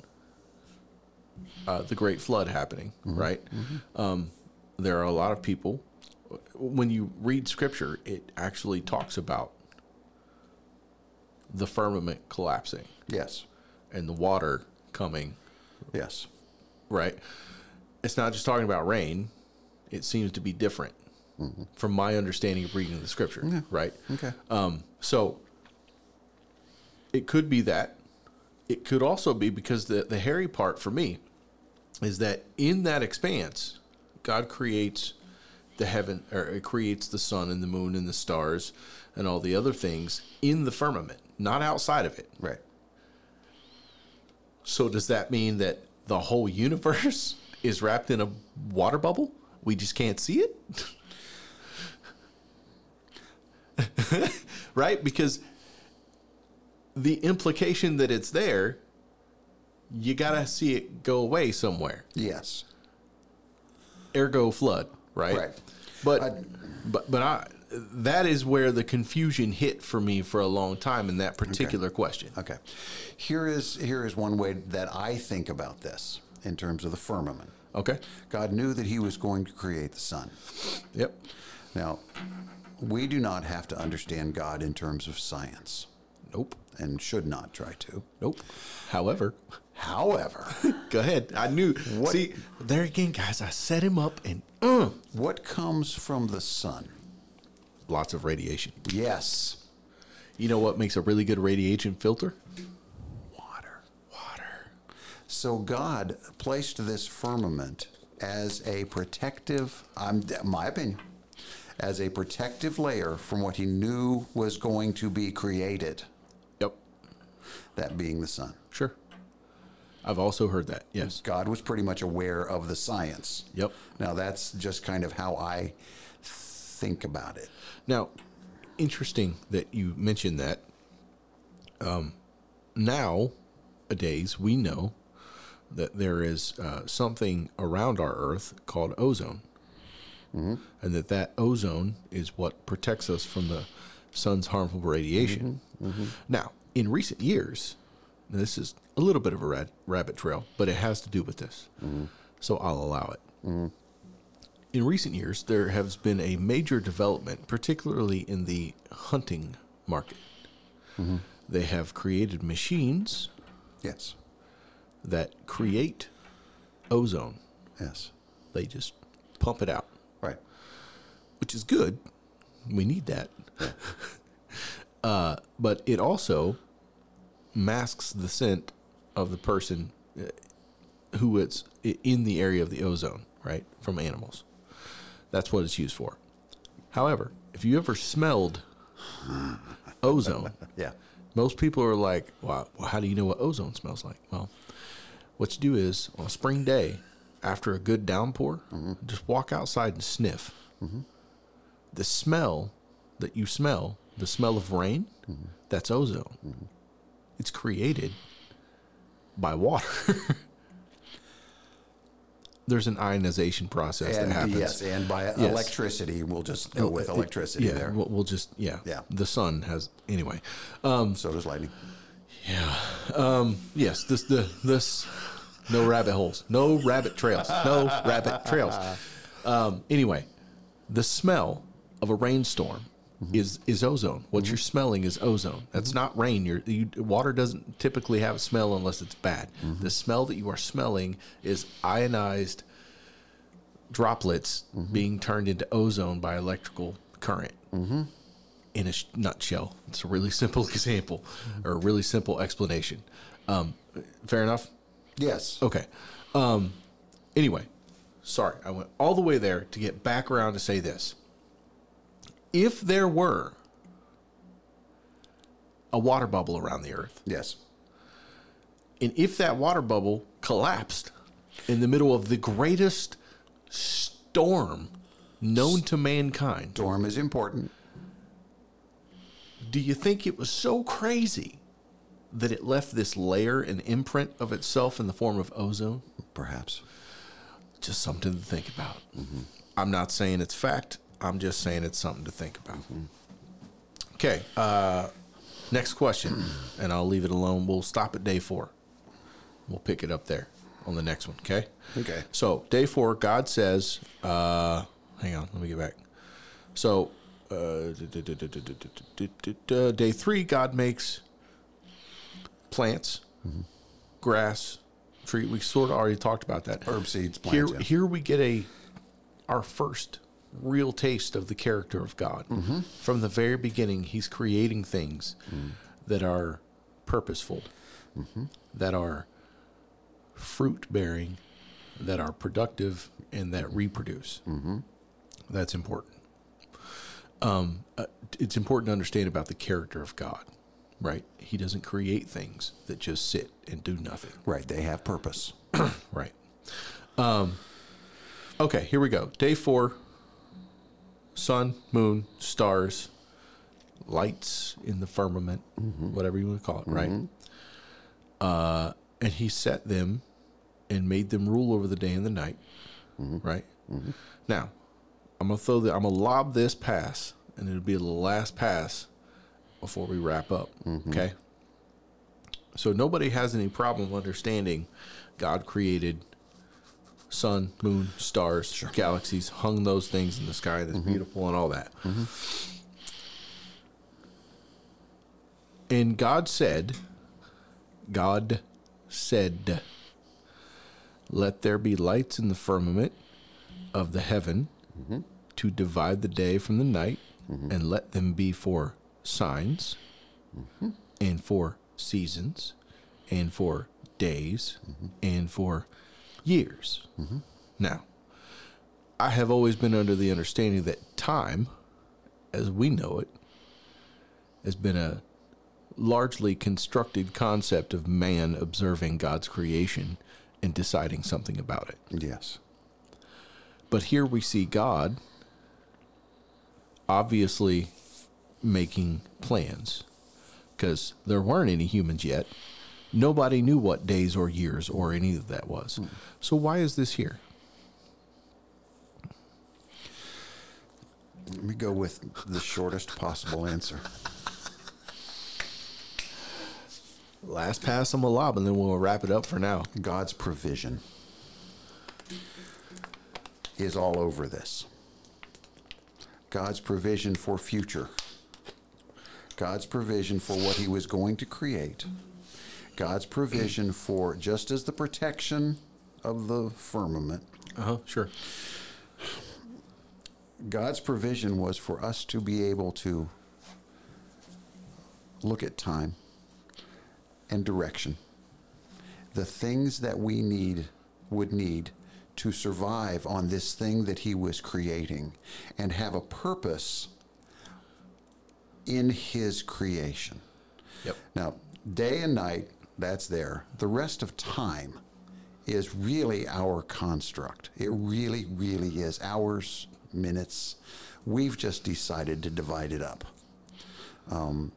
Speaker 1: uh, the Great Flood happening, right? Um, there are a lot of people. When you read scripture, it actually talks about the firmament collapsing
Speaker 2: yes.
Speaker 1: and the water coming,
Speaker 2: Yes.
Speaker 1: right? It's not just talking about rain, it seems to be different from my understanding of reading the scripture, right?
Speaker 2: Okay.
Speaker 1: Um, so it could be that. It could also be because the, the hairy part for me is that in that expanse, God creates the heaven, or it creates the sun and the moon and the stars and all the other things in the firmament, not outside of it.
Speaker 2: Right.
Speaker 1: So does that mean that the whole universe (laughs) is wrapped in a water bubble? We just can't see it? (laughs) right? Because the implication that it's there, you got to see it go away somewhere.
Speaker 2: Yes.
Speaker 1: Ergo flood, right?
Speaker 2: Right.
Speaker 1: But
Speaker 2: I-
Speaker 1: but but I that is where the confusion hit for me for a long time in that particular question.
Speaker 2: Okay. Here is here is one way that I think about this in terms of the firmament.
Speaker 1: Okay?
Speaker 2: God knew that He was going to create the sun.
Speaker 1: Yep.
Speaker 2: Now, we do not have to understand God in terms of science,
Speaker 1: Nope.
Speaker 2: and should not try to.
Speaker 1: Nope. However,
Speaker 2: However,
Speaker 1: Go ahead. I knew.
Speaker 2: What-
Speaker 1: See, there again, guys. I set him up, and uh,
Speaker 2: what comes from the sun?
Speaker 1: lots of radiation.
Speaker 2: Yes,
Speaker 1: You know what makes a really good radiation filter?
Speaker 2: water.
Speaker 1: Water.
Speaker 2: So God placed this firmament as a protective, I'm, my opinion, as a protective layer from what he knew was going to be created,
Speaker 1: Yep.
Speaker 2: that being the sun.
Speaker 1: Sure. I've also heard that. Yes.
Speaker 2: God was pretty much aware of the science.
Speaker 1: Yep.
Speaker 2: Now that's just kind of how I think about it.
Speaker 1: Now, interesting that you mentioned that. Um, now, days we know that there is uh, something around our Earth called ozone, and that that ozone is what protects us from the sun's harmful radiation. Now, in recent years, now this is a little bit of a rad- rabbit trail, but it has to do with this, so I'll allow it. In recent years, there has been a major development, particularly in the hunting market. They have created machines
Speaker 2: Yes.
Speaker 1: that create ozone.
Speaker 2: Yes.
Speaker 1: They just pump it out,
Speaker 2: Right.
Speaker 1: which is good. We need that. (laughs) uh, but it also masks the scent of the person uh, who it's i- in the area of the ozone, right? From animals. That's what it's used for. However, if you ever smelled (laughs) ozone,
Speaker 2: Yeah.
Speaker 1: most people are like, well, well, how do you know what ozone smells like? Well, what you do is on a spring day, after a good downpour,
Speaker 2: Mm-hmm.
Speaker 1: just walk outside and sniff. The smell that you smell, the smell of rain,
Speaker 2: Mm-hmm.
Speaker 1: that's ozone. It's created by water. (laughs) There's an ionization process that
Speaker 2: And
Speaker 1: happens.
Speaker 2: yes, and by electricity, we'll just go with electricity
Speaker 1: yeah,
Speaker 2: there.
Speaker 1: We'll, we'll just yeah.
Speaker 2: Yeah.
Speaker 1: The sun has anyway.
Speaker 2: so does lightning.
Speaker 1: Yes, this the this no rabbit holes, no rabbit trails, no rabbit trails. Um, anyway, the smell of a rainstorm is is ozone. What you're smelling is ozone. That's not rain. You're, you water doesn't typically have a smell unless it's bad. The smell that you are smelling is ionized droplets being turned into ozone by electrical current in a sh- nutshell. It's a really (laughs) simple example or a really simple explanation. Um, fair enough.
Speaker 2: Yes.
Speaker 1: Okay. Um, anyway, sorry, I went all the way there to get back around to say this. If there were a water bubble around the Earth,
Speaker 2: Yes.
Speaker 1: and if that water bubble collapsed in the middle of the greatest storm known to mankind,
Speaker 2: Storm is important.
Speaker 1: do you think it was so crazy that it left this layer and imprint of itself in the form of ozone?
Speaker 2: Perhaps.
Speaker 1: Just something to think about. I'm not saying it's fact. I'm just saying it's something to think about. Okay. Uh, next question, (clears throat) and I'll leave it alone. We'll stop at day four. We'll pick it up there on the next one. Okay.
Speaker 2: Okay.
Speaker 1: So day four, God says, uh, "Hang on, let me get back." So uh, day three, God makes plants, grass, tree. We sort of already talked about that.
Speaker 2: Herb seeds,
Speaker 1: Here,
Speaker 2: plants, yeah.
Speaker 1: here we get a our first real taste of the character of God. From the very beginning, He's creating things that are purposeful, that are fruit bearing, that are productive, and that reproduce. That's important. Um, uh, it's important to understand about the character of God, right? He doesn't create things that just sit and do nothing,
Speaker 2: Right. They have purpose.
Speaker 1: right? Um, okay, here we go. Day four sun, moon, stars, lights in the firmament, whatever you want to call it, right? Uh, and he set them and made them rule over the day and the night, right? Now, I'm gonna throw the, I'm gonna lob this pass, and it'll be the last pass before we wrap up. Okay. So nobody has any problem understanding God created sun, moon, stars, galaxies, hung those things in the sky that's beautiful and all that. And God said, God said, Let there be lights in the firmament of the heaven to divide the day from the night, and let them be for signs and for seasons and for days and for years. Now, I have always been under the understanding that time, as we know it, has been a largely constructed concept of man observing God's creation and deciding something about it.
Speaker 2: Yes.
Speaker 1: But here we see God obviously making plans because there weren't any humans yet. Nobody knew what days or years or any of that was.
Speaker 2: Hmm.
Speaker 1: So why is this here?
Speaker 2: Let me go with the shortest possible answer.
Speaker 1: Last pass on the lob, and then we'll wrap it up for now.
Speaker 2: God's provision is all over this. God's provision for future. God's provision for what he was going to create. God's provision for just as the protection of the firmament.
Speaker 1: Uh huh. Sure.
Speaker 2: God's provision was for us to be able to look at time and direction. The things that we need would need to survive on this thing that he was creating and have a purpose in his creation.
Speaker 1: Yep.
Speaker 2: Now, day and night, that's there. The rest of time is really our construct. It really, really is hours, minutes. We've just decided to divide it up. Um,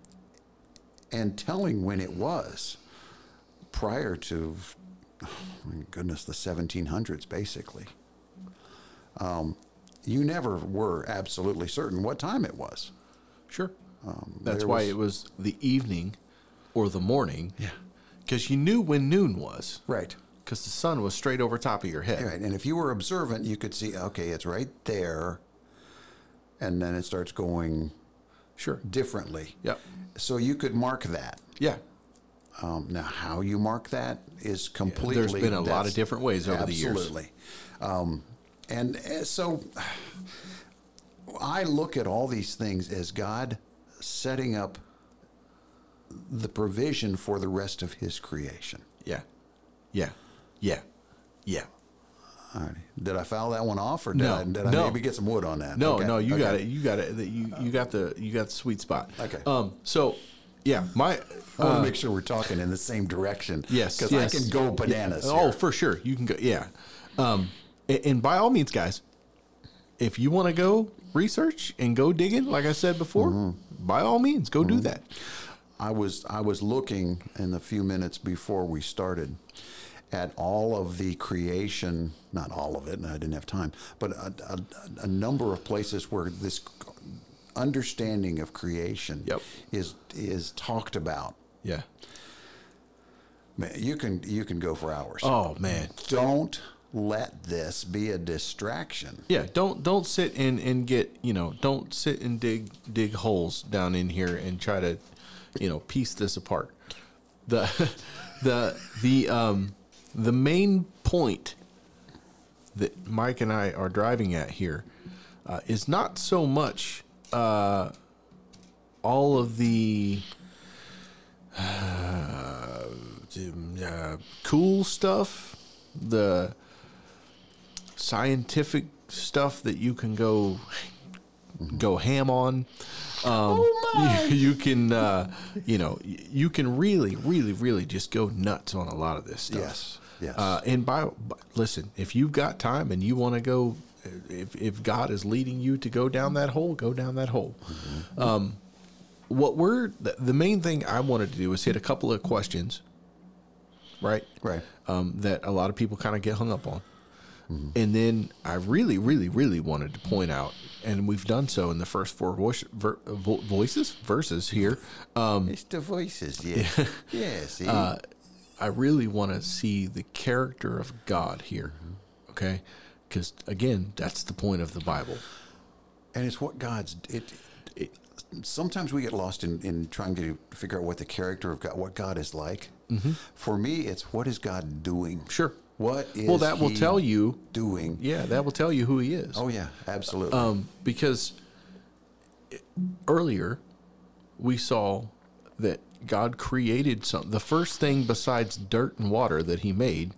Speaker 2: and telling when it was prior to, oh my goodness, the 1700s, basically. Um, you never were absolutely certain what time it was.
Speaker 1: Sure. That's
Speaker 2: Um, there
Speaker 1: why
Speaker 2: was-
Speaker 1: it was the evening or the morning.
Speaker 2: Yeah.
Speaker 1: Because you knew when noon was,
Speaker 2: Right.
Speaker 1: because the sun was straight over top of your head.
Speaker 2: Right, and if you were observant, you could see, okay, it's right there, and then it starts going
Speaker 1: Sure.
Speaker 2: differently.
Speaker 1: Yep.
Speaker 2: So you could mark that.
Speaker 1: Yeah.
Speaker 2: Um, now, how you mark that is completely.
Speaker 1: There's been a lot
Speaker 2: that's-
Speaker 1: of different ways over the years.
Speaker 2: Absolutely. Um, and uh, so I look at all these things as God setting up the provision for the rest of His creation.
Speaker 1: Yeah. Yeah. Yeah. Yeah.
Speaker 2: All right. Did I foul that one off, or did,
Speaker 1: No,
Speaker 2: I, did I
Speaker 1: no.
Speaker 2: maybe get some wood on that?
Speaker 1: No,
Speaker 2: Okay,
Speaker 1: no, you
Speaker 2: okay.
Speaker 1: got it. You got it. That You you got the you got the sweet spot.
Speaker 2: Okay.
Speaker 1: Um so yeah, my
Speaker 2: I want to make sure we're talking in the same direction.
Speaker 1: Uh. Yes,
Speaker 2: because
Speaker 1: yes.
Speaker 2: I can go bananas.
Speaker 1: Oh,
Speaker 2: here.
Speaker 1: for sure. You can go. Yeah. Um, and, and by all means, guys, if you want to go research and go digging, like I said before,
Speaker 2: Mm-hmm.
Speaker 1: by all means, go do that.
Speaker 2: I was I was looking in the few minutes before we started at all of the creation, not all of it, and I didn't have time, but a, a, a number of places where this understanding of creation
Speaker 1: Yep.
Speaker 2: is is talked about.
Speaker 1: Yeah.
Speaker 2: Man, you can you can go for hours.
Speaker 1: Oh man.
Speaker 2: Don't let this be a distraction.
Speaker 1: Yeah. Don't don't sit and and get you know don't sit and dig dig holes down in here and try to you know piece this apart. The (laughs) the the um the main point that Mike and I are driving at here uh, is not so much uh, all of the uh, cool stuff, the scientific stuff that you can go go ham on. Um,
Speaker 2: Oh
Speaker 1: You, (laughs) you can, uh, you know, y- you can really, really, really just go nuts on a lot of this stuff.
Speaker 2: Yes, yes.
Speaker 1: Uh, and by, by listen, if you've got time and you want to go, if if God is leading you to go down that hole, go down that hole. Um, what we're the, the main thing I wanted to do is hit a couple of questions, right?
Speaker 2: Right.
Speaker 1: um, that a lot of people kind of get hung up on.
Speaker 2: Mm-hmm.
Speaker 1: And then I really, really, really wanted to point out, and we've done so in the first four voice, ver, vo- voices verses here. Um,
Speaker 2: It's the voices,
Speaker 1: (laughs)
Speaker 2: yeah. yeah, see?
Speaker 1: Uh, I really want to see the character of God here,
Speaker 2: Mm-hmm.
Speaker 1: okay? Because again, that's the point of the Bible.
Speaker 2: and it's what God's. It, it Sometimes we get lost in, in trying to figure out what the character of God, what God is like. For me, it's what is God doing?
Speaker 1: Mm-hmm. Sure.
Speaker 2: What is
Speaker 1: well, that will
Speaker 2: he
Speaker 1: tell you.
Speaker 2: doing?
Speaker 1: Yeah, that will tell you who He is.
Speaker 2: Oh yeah, absolutely.
Speaker 1: Um, because earlier we saw that God created some the first thing besides dirt and water that he made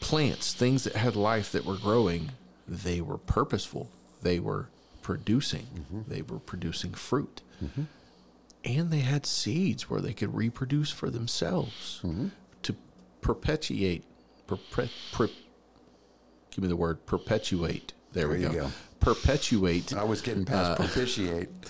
Speaker 1: plants things that had life that were growing they were purposeful they were producing
Speaker 2: Mm-hmm.
Speaker 1: they were producing fruit and they had seeds where they could reproduce for themselves
Speaker 2: Mm-hmm.
Speaker 1: to perpetuate perpet, per, give me the word perpetuate there, we
Speaker 2: There you
Speaker 1: go.
Speaker 2: go. (laughs)
Speaker 1: perpetuate (laughs)
Speaker 2: I was getting
Speaker 1: uh,
Speaker 2: past propitiate. (laughs)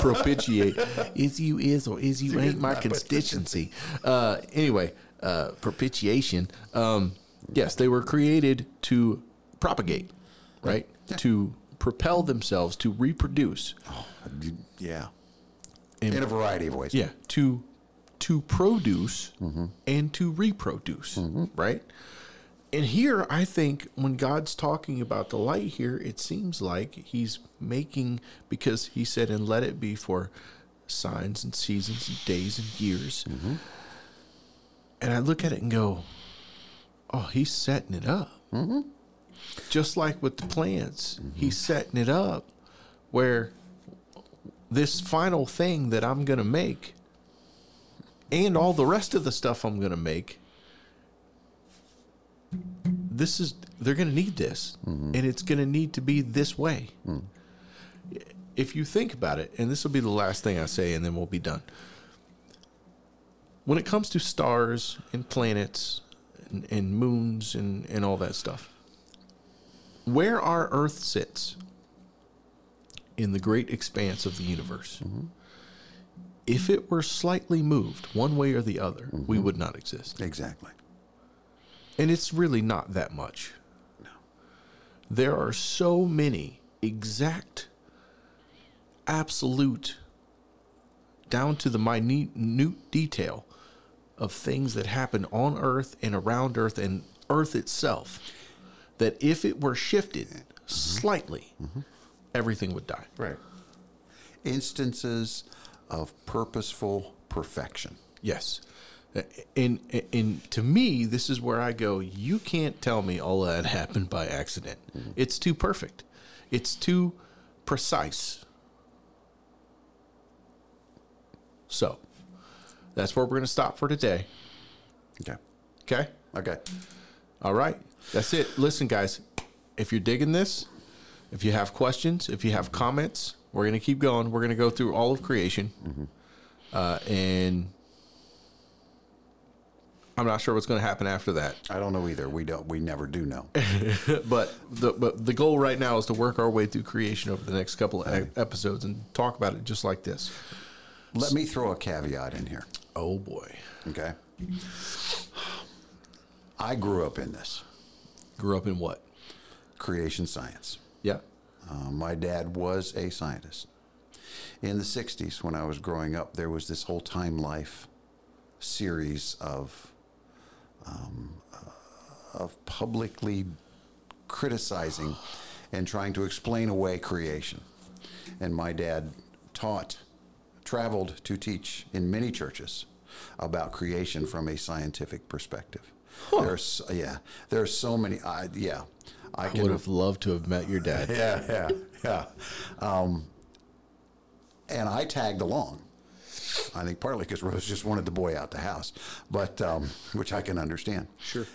Speaker 1: propitiate. Is you is or is you ain't my constituency. Uh, anyway, uh, propitiation. Um, yes, they were created to propagate, right? To propel themselves to reproduce.
Speaker 2: Yeah,
Speaker 1: And-
Speaker 2: in a variety of ways.
Speaker 1: Yeah, to to produce and to reproduce, right? And here, I think when God's talking about the light here, it seems like He's making because He said, "And let it be for signs and seasons and days and years." And I look at it and go, "Oh, He's setting it up." Just like with the plants, He's setting it up where this final thing that I'm going to make and all the rest of the stuff I'm going to make this is they're going to need this and it's going to need to be this way. If you think about it and this will be the last thing I say and then we'll be done. When it comes to stars and planets and, and moons and, and all that stuff, where our Earth sits in the great expanse of the universe. If it were slightly moved one way or the other, we would not exist.
Speaker 2: exactly.
Speaker 1: And it's really not that much. There are so many exact, absolute, down to the minute, minute detail of things that happen on Earth and around Earth and Earth itself that if it were shifted slightly, everything would die.
Speaker 2: Right. Instances of purposeful perfection.
Speaker 1: Yes. And, and to me, this is where I go, you can't tell me all that (laughs) happened by accident. It's too perfect, it's too precise. So that's where we're going to stop for today.
Speaker 2: Okay.
Speaker 1: Okay.
Speaker 2: Okay.
Speaker 1: All right. That's it. Listen, guys, if you're digging this, if you have questions, if you have comments, we're going to keep going. We're going to go through all of creation. Uh, and I'm not sure what's going to happen after that.
Speaker 2: I don't know either. We don't. We never
Speaker 1: (laughs)
Speaker 2: do know.
Speaker 1: But the, but the goal right now is to work our way through creation over the next couple of e- episodes and talk about it just like this.
Speaker 2: Let me throw a caveat in here.
Speaker 1: Oh, boy.
Speaker 2: Okay. I grew up in this
Speaker 1: Grew up in what?
Speaker 2: creation science.
Speaker 1: Yeah.
Speaker 2: Uh, my dad was a scientist. In the 60s, when I was growing up, there was this whole time life series of, um, uh, of publicly criticizing and trying to explain away creation. And my dad taught, traveled to teach in many churches about creation from a scientific perspective. There's, yeah, there are so many. I, yeah, I
Speaker 1: I
Speaker 2: can
Speaker 1: would have loved to have met your dad.
Speaker 2: yeah, yeah, yeah. Um, and I tagged along. I think partly because Rose just wanted the boy out the house, but um, which I can understand.
Speaker 1: Sure.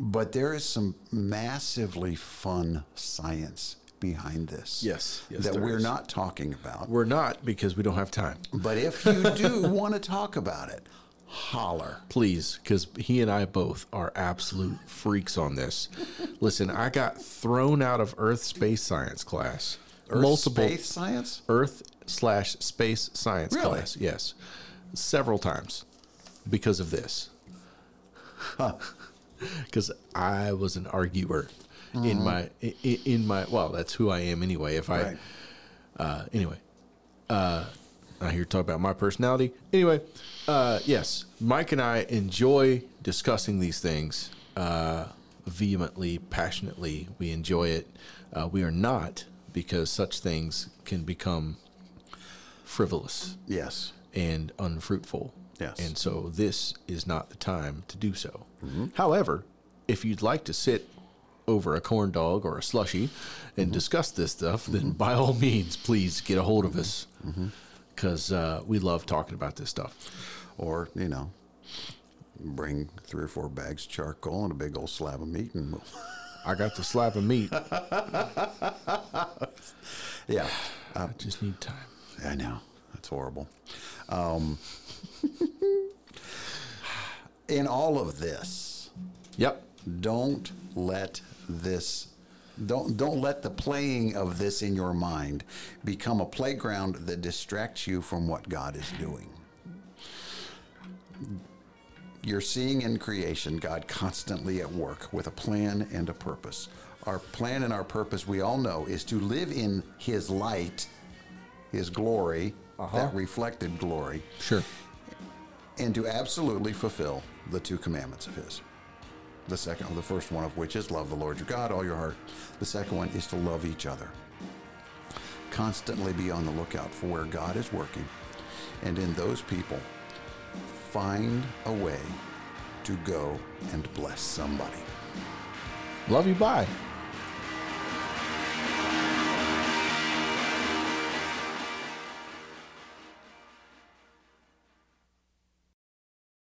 Speaker 2: but there is some massively fun science behind this.
Speaker 1: Yes, yes,
Speaker 2: that
Speaker 1: there
Speaker 2: we're
Speaker 1: is.
Speaker 2: not talking about.
Speaker 1: We're not because we don't have time.
Speaker 2: But if you do
Speaker 1: (laughs)
Speaker 2: want to talk about it, holler.
Speaker 1: please, because he and I both are absolute freaks on this. Listen, I got thrown out of Earth space science class.
Speaker 2: Earth
Speaker 1: Multiple
Speaker 2: space science.
Speaker 1: Earth slash space science
Speaker 2: Really?
Speaker 1: class. Yes. Several times because of this. (laughs) Because I was an arguer in my, i- i- in my, well, that's who I am anyway. If I,
Speaker 2: Mm-hmm. Right.
Speaker 1: uh, anyway, uh, I hear talk about my personality. Anyway, uh, yes, Mike and I enjoy discussing these things uh, vehemently, passionately. We enjoy it. Uh, we are not because such things can become frivolous
Speaker 2: Yes.
Speaker 1: and unfruitful.
Speaker 2: Yes.
Speaker 1: And so this is not the time to do so. However, if you'd like to sit over a corn dog or a slushy and discuss this stuff, then by all means, please get a hold of us because uh, we love talking about this stuff.
Speaker 2: Or, you know, bring three or four bags of charcoal and a big old slab of meat and we'll,
Speaker 1: I got the slab of meat.
Speaker 2: (laughs) yeah.
Speaker 1: I just need time.
Speaker 2: I know. That's horrible. Um, (laughs) in all of this,
Speaker 1: Yep.
Speaker 2: don't let this don't don't let the playing of this in your mind become a playground that distracts you from what God is doing. You're seeing in creation God constantly at work with a plan and a purpose. Our plan and our purpose, we all know, is to live in His light, His glory, that reflected glory,
Speaker 1: Sure.
Speaker 2: and to absolutely fulfill the two commandments of His. The second, the first one of which is love the Lord your God, all your heart. The second one is to love each other. Constantly be on the lookout for where God is working, and in those people, find a way to go and bless somebody.
Speaker 1: Love you. Bye.